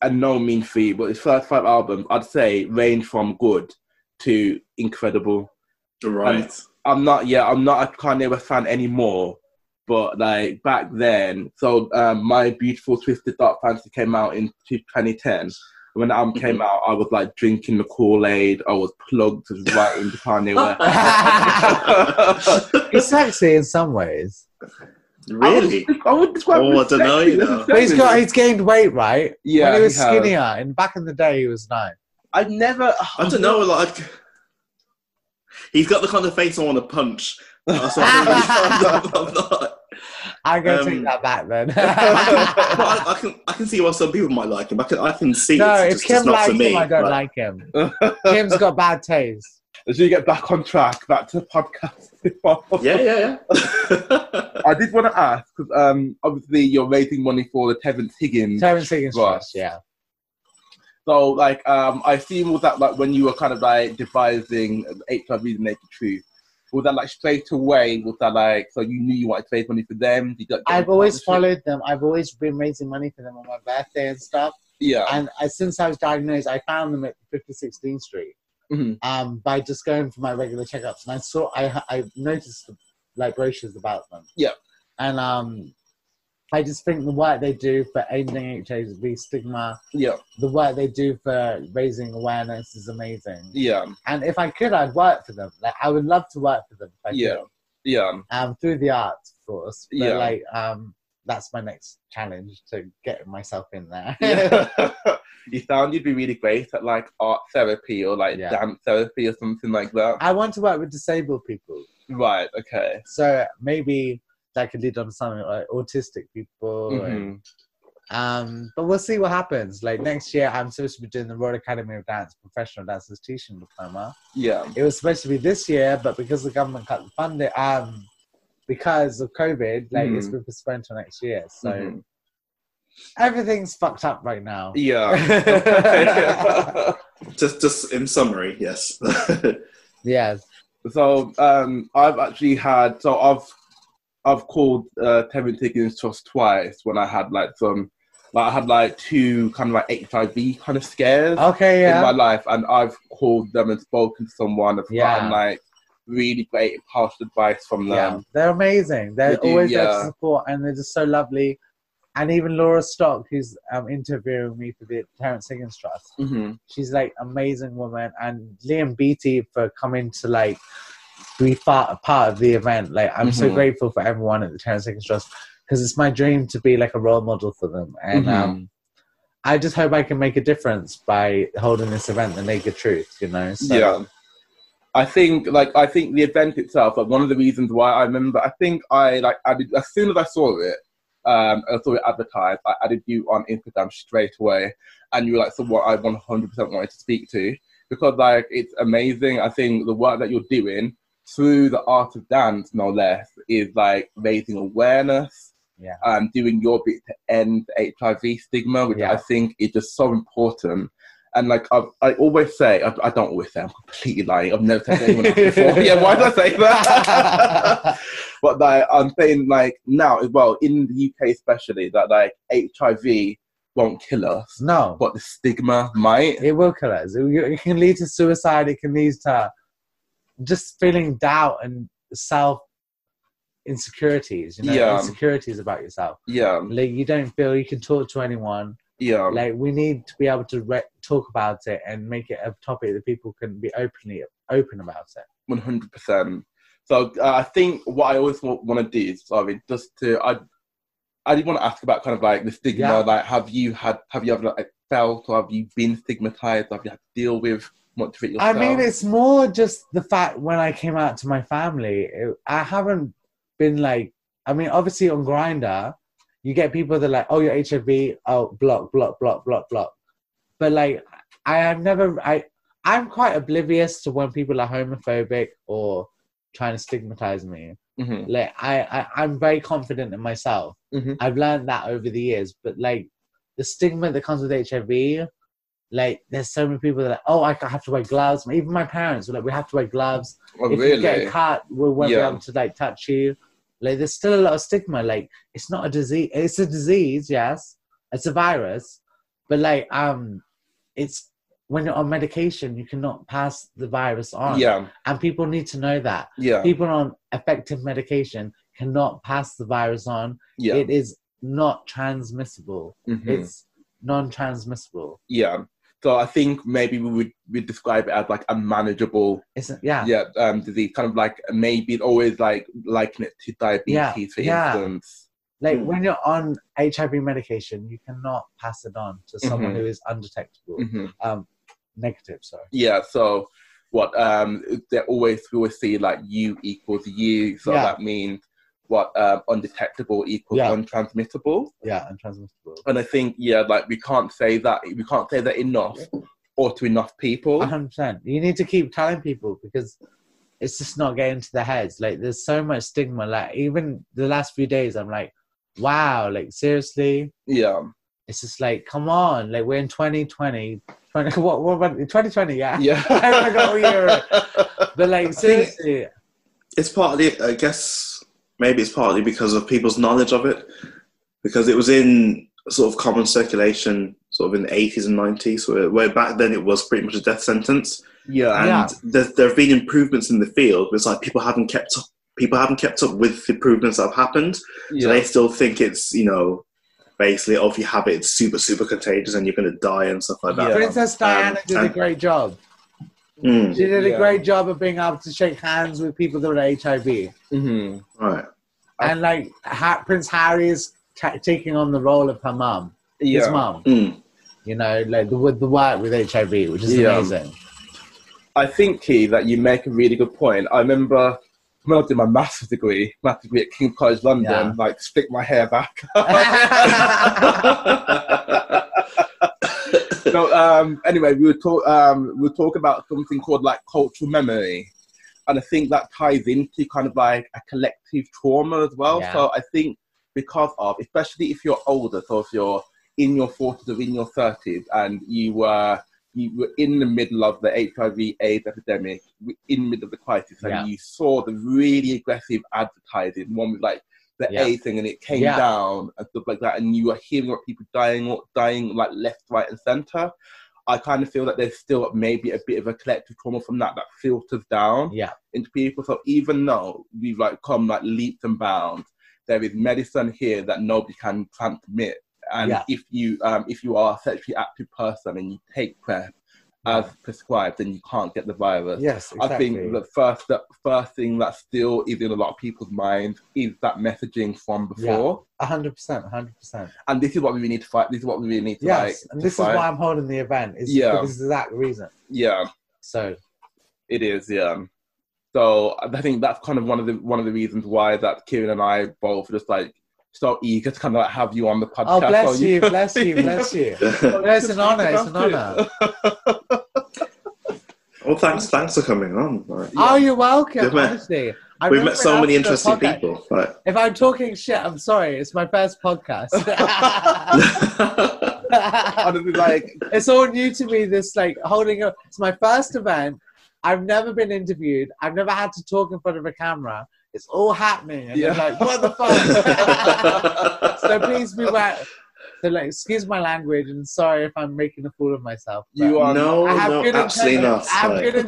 A: a no mean feat. But his first five albums, I'd say, range from good to incredible.
B: right.
A: I'm not, yeah, I'm not a Kanye West fan anymore. But like back then, so um, my beautiful twisted dark fantasy came out in 2010. When the album came out, I was like drinking the Kool Aid. I was plugged right into Kanye West.
C: he's sexy in some ways,
B: really?
A: I would, I would describe
B: Oh,
A: him
B: I
A: as
B: don't know,
A: sexy,
B: you
A: that's
B: know.
A: a
C: but he's got
A: sexy.
C: he's gained weight, right?
A: yeah,
C: when he was
A: has.
C: skinnier, and back in the day he was nice.
A: I've never.
B: I don't know. Like he's got the kind of face I want to punch. Uh, so I'm not- I'm not-
C: I'm gonna take
B: Um,
C: that back then.
B: but I, I can I can see why some people might like him. I can I can see
C: no,
B: it's
C: if
B: just,
C: Kim
B: it's not
C: likes
B: for me.
C: him, I don't
B: Like,
C: like him. Kim's got bad taste.
A: As you get back on track, back to the podcast.
B: Yeah, yeah, yeah.
A: I did want to ask because um, obviously you're raising money for the Terence Higgins.
C: Terence Higgins
A: Right.
C: Trust, yeah.
A: So like um, I assume was that like when you were kind of like devising HIV to make it true, was that like straight away? Was that like so you knew you wanted to raise money for them? Did you, like, get
C: I've
A: into
C: always
A: partnership?
C: followed them. I've always been raising money for them on my birthday and stuff.
A: Yeah.
C: And I, since I was diagnosed, I found them at 5016 Street
A: Mhm.
C: um, by just going for my regular checkups. And I saw, I, ha- I noticed like brochures about them.
A: Yeah.
C: And um, I just think the work they do for ending HIV stigma,
A: Yeah.
C: the work they do for raising awareness is amazing.
A: Yeah.
C: And if I could, I'd work for them. Like I would love to work for them. If I
A: Yeah.
C: Could.
A: Yeah.
C: Um, through the arts, of course. But
A: Yeah.
C: like, um, that's my next challenge to get myself in there.
A: Yeah. you sound you'd be really great at like art therapy or like
C: Yeah.
A: dance therapy or something like that.
C: I want to work with disabled people.
A: Right. Okay.
C: So maybe that could lead on to something like autistic people. and-
A: Mhm.
C: um, but we'll see what happens. Like next year, I'm supposed to be doing the Royal Academy of Dance Professional Dancers Teaching Diploma.
A: Yeah.
C: It was supposed to be this year, but because the government cut the funding, um, because of COVID, like it's
A: Mhm.
C: been postponed till next year. So
A: Mhm.
C: everything's fucked up right now.
A: Yeah.
B: Just, just in summary, yes.
C: Yes.
A: So um, I've actually had so I've I've called uh, Tevin Tiggins Trust twice when I had like some like I had like two kind of like HIV kind of scares
C: Okay.
A: in my
C: Oh, Yeah.
A: life, and I've called them and spoken to someone and
C: Yeah.
A: gotten like really great impartial advice from them.
C: Yeah. They're amazing. They're
A: They do,
C: always there to
A: yeah.
C: support, and they're just so lovely. And even Laura Stock, who's um, interviewing me for the Terrence Higgins Trust,
A: hmm
C: she's like amazing woman and liam beatty for coming to like be part, part of the event like i'm so
A: Mhm.
C: grateful for everyone at the terrence higgins trust because it's my dream to be like a role model for them and
A: Mhm.
C: um, i just hope i can make a difference by holding this event the naked truth you know so,
A: yeah. I think like I think the event itself, like one of the reasons why I remember I think I like added as soon as I saw it, um I saw it advertised, I added you on Instagram straight away and you were like someone I one hundred percent wanted to speak to. Because like it's amazing. I think the work that you're doing through the art of dance, no less, is like raising awareness.
C: Yeah.
A: And doing your bit to end HIV stigma, which
C: Yeah.
A: I think is just so important. And like I, I always say, I, I don't always say, I'm completely lying. I've never said to anyone that before. yeah, why did I say that? but like, I'm saying like now as well in the UK especially that like HIV won't kill us,
C: no
A: but the stigma might.
C: it will kill us it, it can lead to suicide it can lead to just feeling doubt and self insecurities you know
A: Yeah.
C: insecurities about yourself
A: Yeah,
C: like you don't feel you can talk to anyone
A: yeah,
C: like we need to be able to re- talk about it and make it a topic that people can be openly open about it
A: one hundred percent. So uh, I think what I always want, want to do is sorry, just to I, I did want to ask about kind of like the stigma.
C: Yeah.
A: Like, have you had, have you ever like felt, or have you been stigmatized? Have you had to deal with much of it
C: i
A: yourself?
C: mean it's more just the fact when i came out to my family it- i haven't been like i mean obviously on grinder you get people that are like oh you're hiv oh block block block block block but like i have never i i'm quite oblivious to when people are homophobic or trying to stigmatize me
A: Mhm.
C: like I, I i'm very confident in myself
A: Mhm.
C: i've learned that over the years but like the stigma that comes with hiv like there's so many people that are like, oh i ca- have to wear gloves even my parents were like we have to wear gloves
A: Oh,
C: if you get
A: really?
C: a cut we won't
A: Yeah.
C: be able to like touch you like there's still a lot of stigma like it's not a disease it's a disease yes it's a virus but like um it's when you're on medication you cannot pass the virus on
A: Yeah,
C: and people need to know that
A: yeah,
C: people on effective medication cannot pass the virus on.
A: yeah,
C: It is not transmissible.
A: mhm,
C: It's non-transmissible.
A: yeah. So I think maybe we would we describe it as like a manageable,
C: It's yeah,
A: yeah, um, disease. Kind of like maybe always like liken it to diabetes, for
C: yeah.
A: instance.
C: like
B: Mm.
C: when you're on HIV medication, you cannot pass it on to someone
A: Mhm.
C: who is undetectable.
A: Mhm.
C: Um, negative, sorry.
A: yeah so what um they always we always see like u equals u so
C: Yeah.
A: that means what um undetectable equals
C: Yeah.
A: untransmittable
C: Yeah, untransmissible.
A: and i think yeah like we can't say that we can't say that enough or to enough people
C: 100%. You need to keep telling people because it's just not getting to their heads. Like, there's so much stigma. Like, even the last few days, I'm like, wow, like, seriously?
A: yeah
C: It's just like, come on, like we're in 2020. 20, what, what, about- 2020, yeah?
A: Yeah.
C: I forgot what year. But like, seriously,
B: it's partly, I guess, maybe it's partly because of people's knowledge of it, because it was in sort of common circulation, sort of in the eighties and nineties, where, where back then it was pretty much a death sentence,
A: yeah.
B: and
C: Yeah.
B: there, there have been improvements in the field. But it's like people haven't kept up. People haven't kept up with the improvements that have happened, so they
A: yeah.
B: still think it's you know. Basically, oh, if you have it, it's super, super contagious, and you're going to die and stuff like that.
A: Yeah. Um,
C: Princess Diana did a
B: and-
C: great job.
B: Mm,
C: She did
A: Yeah.
C: a great job of being able to shake hands with people that were HIV.
A: hmm
B: right.
C: And like, ha- Prince Harry is ta taking on the role of her mum, his
A: Yeah.
C: mum.
B: Mm.
C: You know, like the, with the work with HIV, which is
A: Yeah.
C: amazing.
A: I think, Key, that you make a really good point. I remember when I did my master's degree, master's degree at King's College London,
C: Yeah.
A: like stick my hair back. so um, anyway, we were talk um, we were talking about something called like cultural memory, and I think that ties into kind of like a collective trauma as well.
C: Yeah.
A: So I think because of, especially if you're older, so if you're in your forties or in your thirties, and you were you were in the middle of the HIV/AIDS epidemic, w- in the middle of the crisis, and
C: Yeah.
A: you saw the really aggressive advertising, one with like the
C: Yeah.
A: AIDS thing, and it came
C: Yeah.
A: down and stuff like that, and you were hearing about people dying, or dying like left, right, and centre. I kind of feel that there's still maybe a bit of a collective trauma from that that filters down
C: Yeah.
A: into people. So even though we've like come like leaps and bounds, there is medicine here that nobody can transmit. And
C: Yeah.
A: if you um, if you are a sexually active person and you take PrEP as prescribed, then you can't get the virus.
C: Yes,
A: I think the first the first thing that still is in a lot of people's minds is that messaging from before.
C: hundred percent, hundred percent.
A: And this is what we really need to fight. This is what we really need to
C: Yes,
A: like.
C: and
A: to
C: this is
A: fight.
C: why I'm holding the event. Is
A: Yeah.
C: for this exact reason.
A: Yeah.
C: So
A: It is, yeah. So I think that's kind of one of the one of the reasons why that Kieran and I both just like so eager to kind of like have you on the podcast.
C: oh, bless
A: so
C: you, bless you, bless you.
B: well,
C: No, it's an honor. It's an honor.
B: thanks, thanks for coming on. Like,
C: Oh, you're welcome.
B: We've met-
C: honestly, I
B: we've
C: remember
B: met so many
C: after the
B: interesting
C: podcast-
B: people. Like,
C: If I'm talking shit, I'm sorry. It's my first podcast.
A: Honestly, like
C: it's all new to me. This like holding up. It's my first event. I've never been interviewed. I've never had to talk in front of a camera. It's all happening, and
A: Yeah.
C: they're like, "What the fuck?" so please be aware. So like, excuse my language, and sorry if I'm making a fool of myself. but
A: You are-
B: no,
C: I have
B: no,
C: good
B: absolutely
C: intentions.
B: not.
C: I have
B: Like,
C: good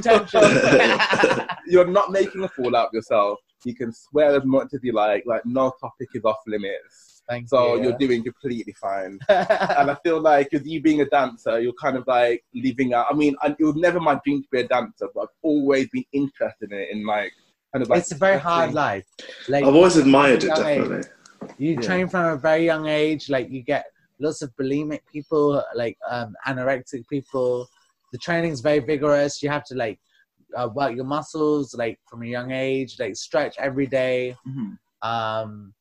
C: intentions.
A: you're not making a fool out of yourself. You can swear as much as you like. Like no topic is off limits.
C: Thank
A: So
C: you.
A: you're doing completely fine. and I feel like with you being a dancer, you're kind of like leaving out. I mean, I, it was never my dream to be a dancer, but I've always been interested in it. In like kind of like
C: it's a very hard
A: expressing-
C: life. Like
B: I've always admired it,
C: young age.
B: definitely.
C: You
A: Yeah.
C: train from a very young age. Like you get lots of bulimic people, like um, anorexic people. The training's very vigorous. You have to like uh, work your muscles like from a young age. Like stretch every day.
A: Mhm.
C: Um,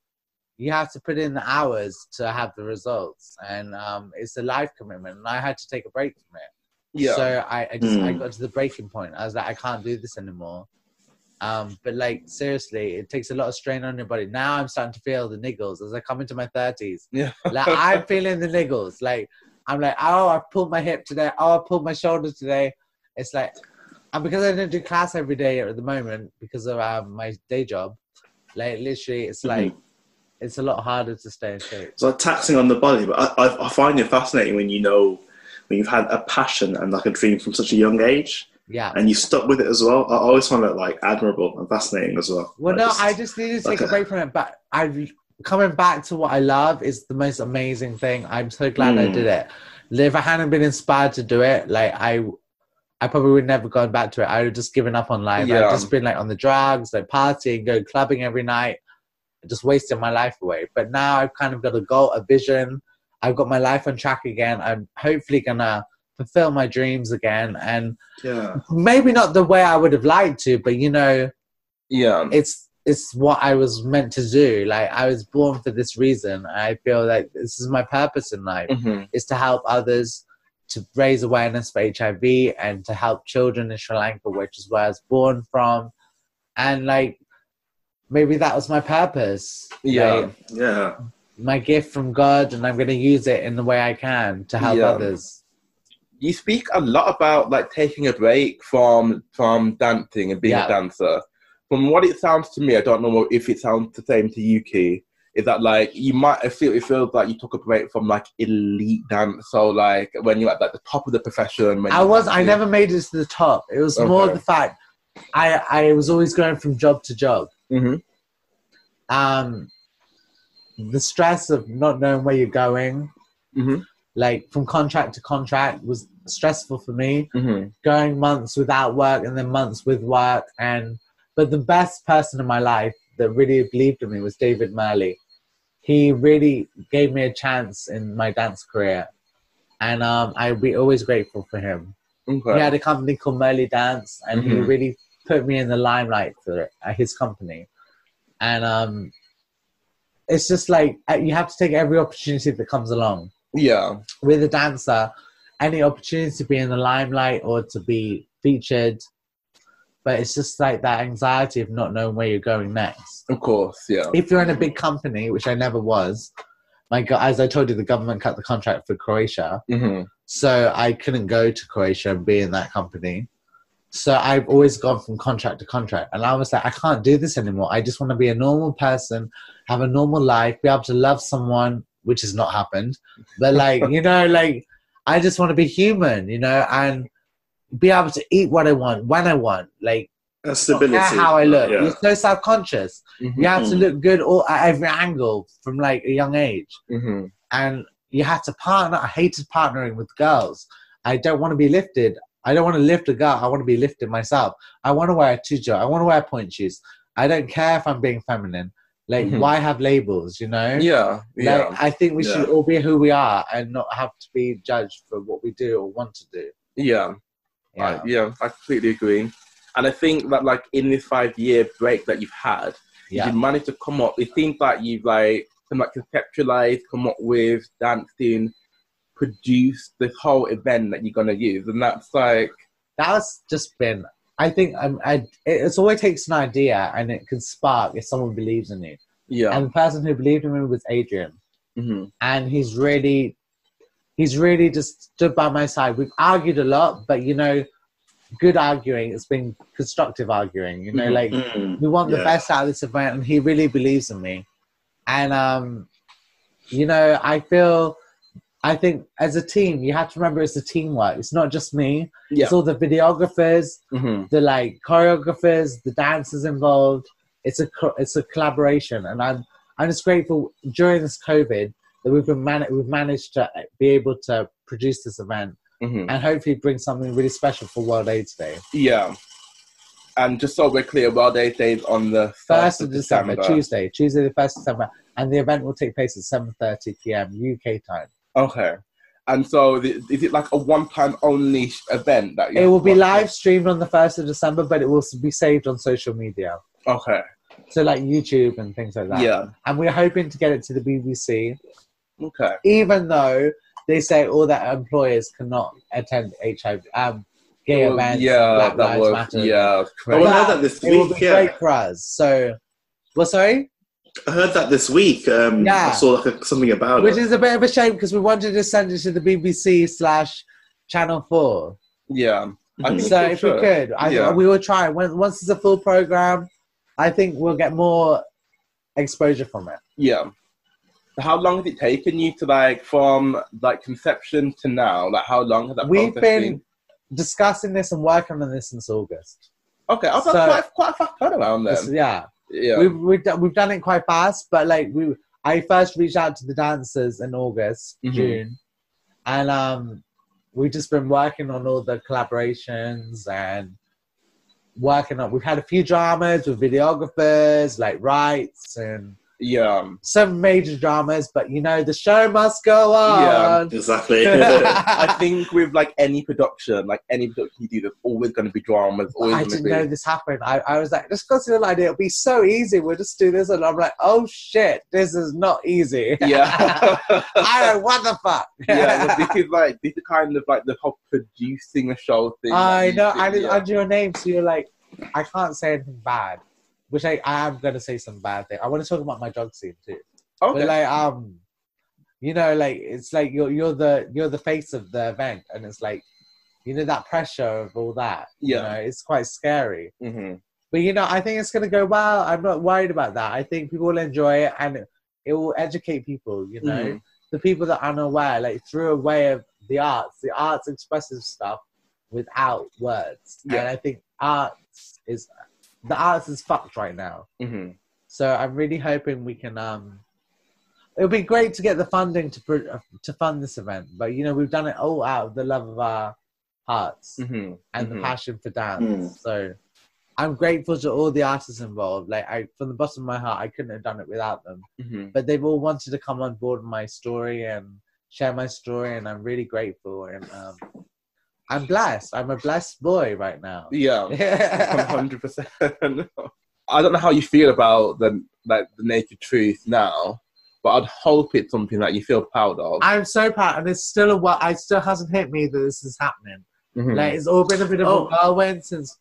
C: you have to put in the hours to have the results, and um, it's a life commitment. And I had to take a break from it.
A: Yeah.
C: So I, I just I
B: Mm.
C: got to the breaking point. I was like, I can't do this anymore. Um, but like seriously, it takes a lot of strain on your body. Now I'm starting to feel the niggles as I come into my thirties.
A: Yeah.
C: like I'm feeling the niggles. Like I'm like, oh, I pulled my hip today. Oh, I pulled my shoulder today. It's like, and because I don't do class every day at the moment because of um, my day job, like literally, it's like it's a lot harder to stay in shape.
B: It's like taxing on the body, but I, I, I find it fascinating when you know when you've had a passion and like a dream from such a young age,
C: Yeah.
B: and you stuck with it as well. I always find that like admirable and fascinating as well.
C: Well,
B: Like,
C: no,
B: just-
C: I just needed to take a
B: Okay.
C: break from it, but I coming back to what I love is the most amazing thing. I'm so glad I
B: Mm.
C: did it. If I hadn't been inspired to do it, like I, I probably would never gone back to it. I would have just given up on life.
A: Yeah.
C: I'd just been like on the drugs, like partying, going clubbing every night, just wasting my life away. But now I've kind of got a goal, a vision. I've got my life on track again. I'm hopefully gonna fulfill my dreams again, and
B: yeah,
C: maybe not the way I would have liked to, but you know
A: yeah.
C: it's it's what I was meant to do. Like I was born for this reason. I feel like this is my purpose in life
A: Mhm.
C: is to help others to raise awareness for HIV and to help children in Sri Lanka, which is where I was born from. And like maybe that was my purpose.
A: Yeah.
C: Like,
B: yeah.
C: my gift from God, and I'm going to use it in the way I can to help
A: Yeah.
C: others.
A: You speak a lot about like taking a break from from dancing and being
C: Yeah.
A: a dancer. From what it sounds to me, I don't know if it sounds the same to you, Key. Is that like you might I feel it feels like you took a break from like elite dance, so like when you're at like the top of the profession. When
C: I
A: you're
C: was I
A: dancing.
C: never made it to the top. It was more
A: Okay.
C: the fact I I was always going from job to job.
A: Mhm.
C: Um, the stress of not knowing where you're going,
A: Mhm.
C: like from contract to contract, was stressful for me.
A: Mhm.
C: going months without work and then months with work and but the best person in my life that really believed in me was David Murley. He really gave me a chance in my dance career. And um, I'd be always grateful for him.
A: Okay.
C: He had a company called Murley Dance, and he
A: Mhm.
C: really put me in the limelight for it, at his company. And um, it's just like uh, you have to take every opportunity that comes along
A: yeah.
C: with a dancer, any opportunity to be in the limelight or to be featured. But it's just like that anxiety of not knowing where you're going next.
A: Of course, yeah.
C: If you're in a big company, which I never was, my go- as I told you, the government cut the contract for Croatia,
A: hmm
C: so I couldn't go to Croatia and be in that company. So I've always gone from contract to contract, and I was like, I can't do this anymore. I just want to be a normal person, have a normal life, be able to love someone, which has not happened, but like you know, like I just want to be human, you know, and be able to eat what I want when I want, like
B: That's
C: not
B: stability.
C: care how I look.
B: Yeah.
C: You're so self conscious.
A: Mm-hmm.
C: You have to
B: Mhm.
C: look good all at every angle from like a young age
A: hmm
C: and you had to partner. I hated partnering with girls. I don't want to be lifted. I don't want to lift a girl. I want to be lifted myself. I want to wear a tutu. I want to wear point shoes. I don't care if I'm being feminine. Like,
A: Mhm.
C: why have labels? You know?
A: Yeah, yeah.
C: Like, I think we should
B: Yeah.
C: all be who we are and not have to be judged for what we do or want to do.
A: yeah.
C: Yeah.
A: I, yeah, I completely agree. And I think that like in this five year break that you've had,
C: yeah.
A: you've managed to come up it seems like you've like some like conceptualized, come up with, dancing, produced this whole event that you're gonna use. And that's like
C: That's just been. I think um, I, it- it's always takes an idea and it can spark if someone believes in you.
A: yeah.
C: And the person who believed in me was Adrian.
A: hmm
C: and he's really he's really just stood by my side we've argued a lot but you know good arguing it's been constructive arguing you know
A: Mhm.
C: like
B: Mm.
C: we want the
B: Yeah.
C: best out of this event and he really believes in me and um you know i feel i think as a team you have to remember it's a teamwork it's not just me
A: Yeah.
C: it's all the videographers
A: hmm
C: the like choreographers, the dancers involved. It's a co- it's a collaboration, and I'm I'm just grateful during this COVID that we've been man- we've managed to be able to produce this event
A: hmm
C: and hopefully bring something really special for World AIDS Day,
A: Yeah. And just so we're clear, World Day Day's on the
C: first of December, Tuesday, Tuesday the first of December, and the event will take place at seven thirty p.m. UK time.
A: Okay. And so, th- is it like a one-time only sh- event that you
C: It
A: have
C: will
A: to
C: be
A: watch?
C: live streamed on the first of December, but it will be saved on social media,
A: Okay.
C: so like YouTube and things like that.
A: Yeah.
C: And we're hoping to get it to the BBC.
A: Okay.
C: even though they say all their employers cannot attend HIV, um, gay
A: Well,
C: events,
A: yeah,
C: Black
A: that
C: Lives
A: was
C: Matter.
A: yeah.
B: I
A: Crazy.
C: Well,
B: heard that this
C: It will
B: week.
C: be
B: Yeah,
C: great for us. So, well, sorry,
B: I heard that this week. Um,
C: Yeah.
B: I saw like a, something about
C: which
B: it.
C: is a bit of a shame because we wanted to send it to the BBC slash Channel Four.
A: yeah. I
B: Mhm.
A: think
C: Mm-hmm. So
A: we
C: if we
A: should.
C: could, I
A: Yeah.
C: we will try. When, once it's a full program, I think we'll get more exposure from it.
A: Yeah. So how long has it taken you to like from like conception to now? Like how long has that
C: We've
A: process
C: been discussing this and working on this since August.
A: Okay, I've
C: so-
A: got quite quite a fast turnaround
C: This-
A: then.
C: yeah.
A: Yeah.
C: we've we've, do- we've done it quite fast, but like we, I first reached out to the dancers in August,
A: Mhm.
C: June, and um, we've just been working on all the collaborations and working on. We've had a few dramas with videographers, like rights and
A: yeah.
C: some major dramas, but you know the show must go
A: Yeah.
C: on.
B: Exactly. Oh,
A: I think with like any production, like any production you do, there's always going to be drama. There's always
C: I
A: gonna
C: didn't
A: be...
C: know this happened. I, I was like, just got to the idea. It'll be so easy. We'll just do this, and I'm like, oh shit, this is not easy.
A: Yeah.
C: I don't what the fuck.
A: yeah. but This is like this is kind of like the whole producing a show thing. that
C: I
A: you
C: know.
A: do,
C: I didn't
A: yeah.
C: under your name, so you're like, I can't say anything bad, which I, I am gonna say some bad thing. I want to talk about my drug scene too.
A: Okay.
C: But like um, you know, like it's like you're you're the you're the face of the event, and it's like, you know, that pressure of all that.
A: Yeah.
C: You know, it's quite scary.
A: hmm
C: But you know, I think it's gonna go well. I'm not worried about that. I think people will enjoy it, and it, it will educate people. You know,
A: Mhm.
C: the people that are unaware, like through a way of the arts, the arts expresses stuff without words,
A: Yeah.
C: and I think arts is the arts is fucked right now.
A: hmm
C: So I'm really hoping we can. Um, it would be great to get the funding to pr- to fund this event, but you know we've done it all out of the love of our hearts
A: hmm
C: and the
A: Mhm.
C: passion for dance.
B: Mm.
C: So I'm grateful to all the artists involved. Like I, from the bottom of my heart, I couldn't have done it without them.
A: hmm
C: But they've all wanted to come on board with my story and share my story, and I'm really grateful. And um, I'm blessed. I'm a blessed boy right now.
A: Yeah. One hundred percent. I don't know how you feel about the like the naked truth now, but I'd hope it's something that you feel proud of.
C: I'm so proud, and it's still a while. It still hasn't hit me that this is happening.
A: Mhm.
C: Like it's all been a bit of
B: Oh.
C: a whirlwind since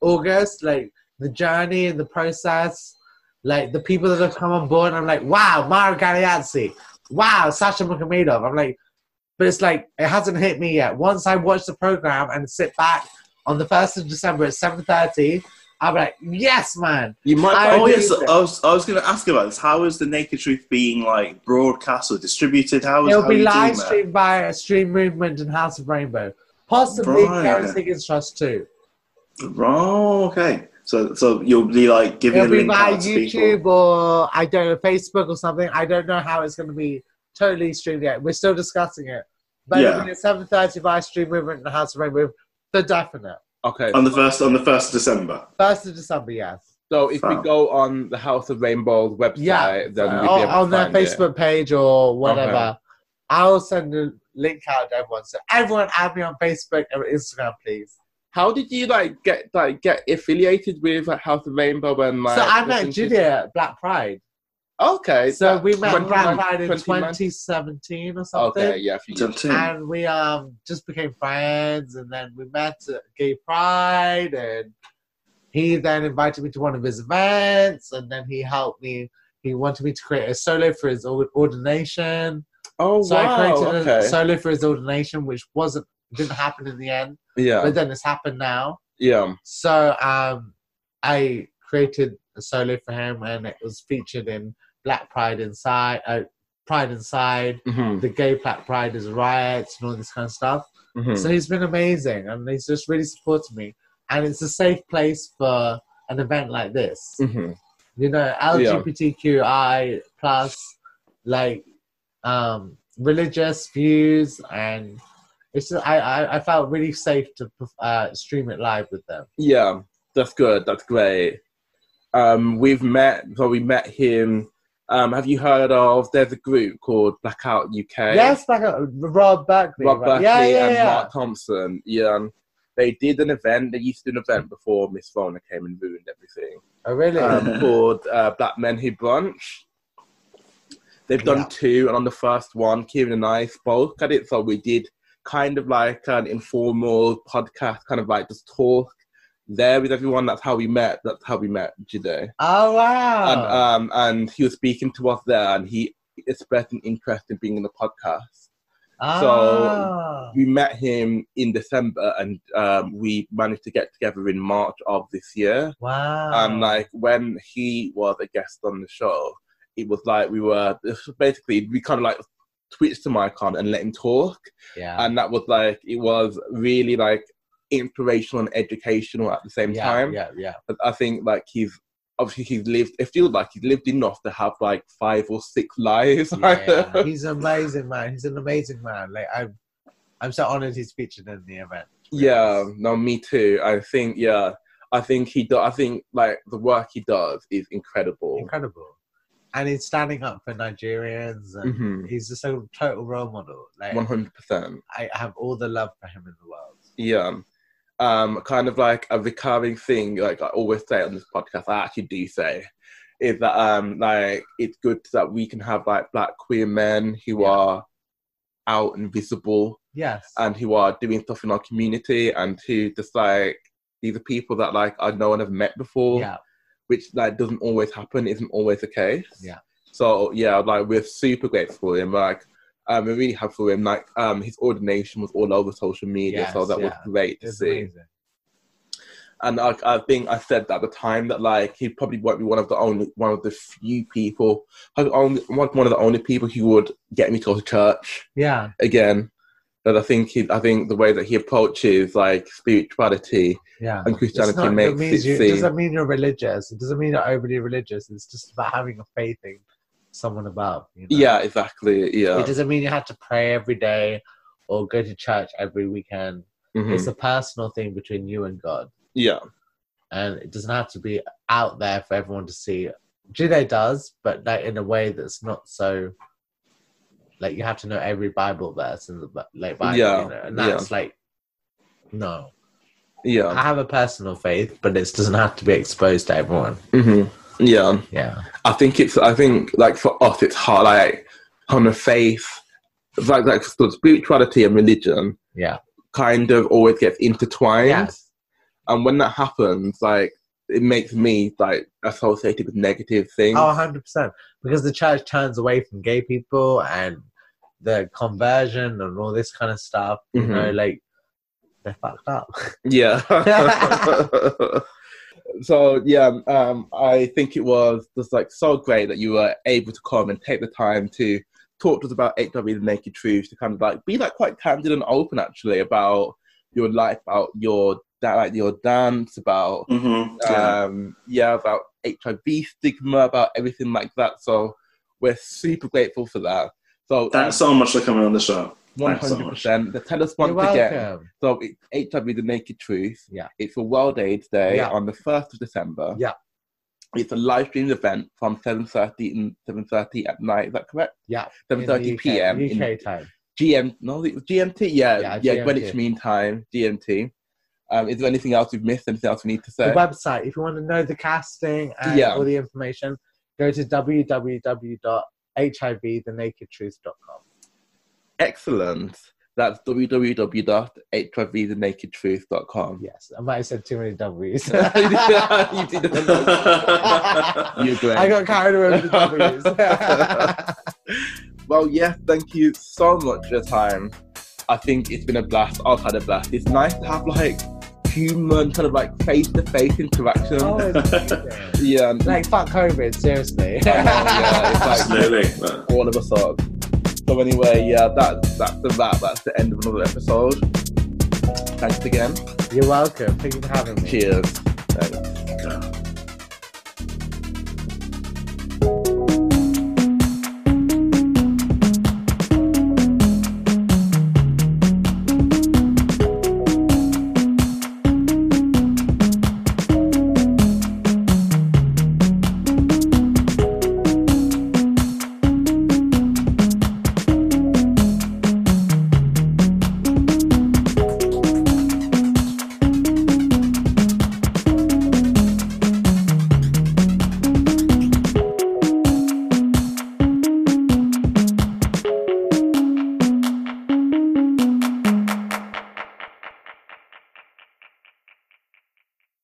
C: August. Like the journey and the process, like the people that have come on board. I'm like, wow, Mara Galeazzi, wow, Sasha Mukhamedov. I'm like, but it's like it hasn't hit me yet. Once I watch the program and sit back on the first of December at seven thirty, I'm like, yes, man.
A: you might.
C: I-
B: oh
C: agree
B: yes,
C: with it.
B: I was, I was going to ask about this. How is the Naked Truth being like broadcast or distributed? How is
C: It'll
B: how
C: be
B: are you doing
C: live
B: that?
C: streamed by Stream Movement and House of Rainbow, possibly
B: Right.
C: Karen Higgins Trust too.
B: Oh, okay. So, so you'll be like giving a
C: It'll be
B: link
C: by
B: out to
C: YouTube
B: people.
C: or I don't know Facebook or something. I don't know how it's going to be totally streamed yet. We're still discussing it, but it'll
B: Yeah.
C: be at seven thirty by Stream Movement and the House of Rainbow for definite.
A: Okay.
B: on the first on the first of December.
C: First of December, yes.
A: So if we
B: Wow.
A: go on the House of Rainbows website,
C: Yeah,
A: then we'll be
C: or,
A: able to
C: Uh, on their
A: find it.
C: Facebook page or whatever. I'll send a link out to everyone. So everyone, add me on Facebook and Instagram, please.
A: How did you like get like get affiliated with like, House of Rainbow and like?
C: so I
A: listen
C: met
A: to-
C: Julia at Black Pride.
A: Okay.
C: So
A: that-
C: we met at
A: 20
C: Black
A: months-
C: Pride in
A: 20 months?
C: 2017 or something.
A: Okay. Yeah. a few years.
B: Something.
C: and we um just became friends and then we met at gay pride and he then invited me to one of his events and then he helped me he wanted me to create a solo for his or- ordination
A: Oh
C: so
A: wow.
C: i created
A: okay.
C: a solo for his ordination which wasn't didn't happen in the end
A: yeah.
C: but then it's happened now
A: yeah.
C: so um i created a solo for him and it was featured in black pride inside uh, pride inside
A: hmm
C: the gay black pride is riots and all this kind of stuff.
A: hmm
C: So he's been amazing and he's just really supported me. And it's a safe place for an event like this.
A: hmm
C: You know, LGBTQI plus like um religious views and it's just, I, I I felt really safe to uh, stream it live with them.
A: Yeah. That's good. That's great. Um, we've met. So we met him. Um, have you heard of? There's a group called Blackout UK.
C: Yes, back at Rob Berkeley.
A: Rob
C: right?
A: Buckley
C: yeah, yeah,
A: and
C: yeah.
A: Mark Thompson. Yeah, um, they did an event. They used to do an event before Miss Foner came and ruined everything.
C: Oh, really?
A: Um, called uh, Black Men Who Brunch. They've done
C: Yeah.
A: two, and on the first one, Kieran and I spoke at it. So we did kind of like an informal podcast, kind of like just talk there with everyone. That's how we met. That's how we met today
C: oh wow!
A: and um, and he was speaking to us there, and he expressed an interest in being in the podcast.
C: Ah.
A: We met him in December, and um, we managed to get together in March of this year.
C: wow!
A: And like when he was a guest on the show, it was like we were basically we kind of like switched to my con and let him talk,
C: yeah.
A: and that was like it was really like inspirational and educational at the same
C: yeah,
A: time.
C: Yeah, yeah.
A: But I think like he's obviously he's lived. It feels like he's lived enough to have like five or six lives.
C: yeah. He's amazing, man. He's an amazing man. Like I'm, I'm so honored he's featured in the event.
A: Yeah, no, me too. I think yeah, I think he do. I think like the work he does is incredible.
C: Incredible, and he's standing up for Nigerians, and
A: Mhm.
C: he's just a total role model. Like
A: One hundred percent.
C: I have all the love for him in the world.
A: Yeah, um, kind of like a recurring thing. Like I always say on this podcast, I actually do say. Is that um like it's good that we can have like black queer men who
C: Yeah.
A: are out and visible
C: Yes.
A: and who are doing stuff in our community and who just like these are people that like I know and have met before,
C: yeah.
A: which like doesn't always happen, isn't always the case.
C: Yeah.
A: So yeah, like we're super grateful for him. Like um, we're really happy for him. Like um, his ordination was all over social media, so
C: Yes,
A: that was
C: yeah.
A: great to
C: It's
A: see.
C: amazing.
A: And like I think I said at the time that like he probably won't be one of the only one of the few people, probably only one one of the only people who would get me to go to church
C: Yeah,
A: again. But I think he, I think the way that he approaches like spirituality
C: yeah.
A: and
C: It's
A: Christianity
C: not, it,
A: makes it
C: means you, it
A: seem
C: doesn't mean you're religious. It doesn't mean you're overly religious. It's just about having a faith in someone above. You know?
A: yeah exactly yeah
C: It doesn't mean you have to pray every day or go to church every weekend.
A: Mhm.
C: It's a personal thing between you and God.
A: yeah
C: And it doesn't have to be out there for everyone to see. Jude does, but like in a way that's not so like you have to know every Bible verse in the Bi- like Bible,
A: Yeah,
C: you know, and
A: yeah.
C: that's like no. I
A: yeah
C: have a personal faith, but it doesn't have to be exposed to everyone.
A: hmm yeah.
C: Yeah.
A: I think it's I think like for us it's hard like on the faith like like sort of spirituality and religion
C: Yeah.
A: kind of always gets intertwined
C: Yes.
A: and when that happens like it makes me like associated with negative things
C: Oh, 100%. Because the church turns away from gay people and the conversion and all this kind of stuff. You
A: Mhm.
C: know, like, they're fucked up.
A: yeah so yeah um I think it was just like so great that you were able to come and take the time to talk to us about HW the Naked Truth to kind of like be like quite candid and open actually about your life about your that like your dance about
B: Mm-hmm.
A: um, yeah, about HIV stigma, about everything like that. So we're super grateful for that. So
B: Thanks so much for coming on the show.
A: one
B: thanks so
A: hundred
B: much.
A: percent. Tell us
C: You're
A: once again.
C: welcome.
A: So it's HIV, the naked truth.
C: Yeah.
A: It's a World AIDS Day
C: Yeah.
A: on the first of December.
C: Yeah.
A: It's a live streamed event from seven thirty and seven thirty at night. Is that correct?
C: Yeah.
A: Seven thirty
C: In the
A: p.m.
C: UK,
A: in
C: UK time.
A: GM, no, it was GMT. Yeah, yeah,
C: Yeah, GMT.
A: Greenwich Mean Time, GMT. Um, is there anything else we've missed? Anything else we need to
C: The
A: say?
C: website, if you want to know the casting and
A: Yeah.
C: all the information, go to www.hivthenakedtruth.com.
A: Excellent. That's www.hivthenakedtruth.com.
C: Yes, I might have said too many W's.
A: you did You're great.
C: I got carried away with the W's.
A: well, yes, thank you so much for your time. I think it's been a blast. I've had a blast. It's nice to have like human, kind of like face to face interaction.
C: Oh, it's amazing.
A: Yeah. and-
C: like fuck COVID, seriously.
A: I know, yeah, it's like-
B: Absolutely. But-
A: all of us are. So anyway, yeah, that's that's the wrap. That's the end of another episode. Thanks again.
C: You're welcome. Thank you for having me.
A: Cheers. Thanks.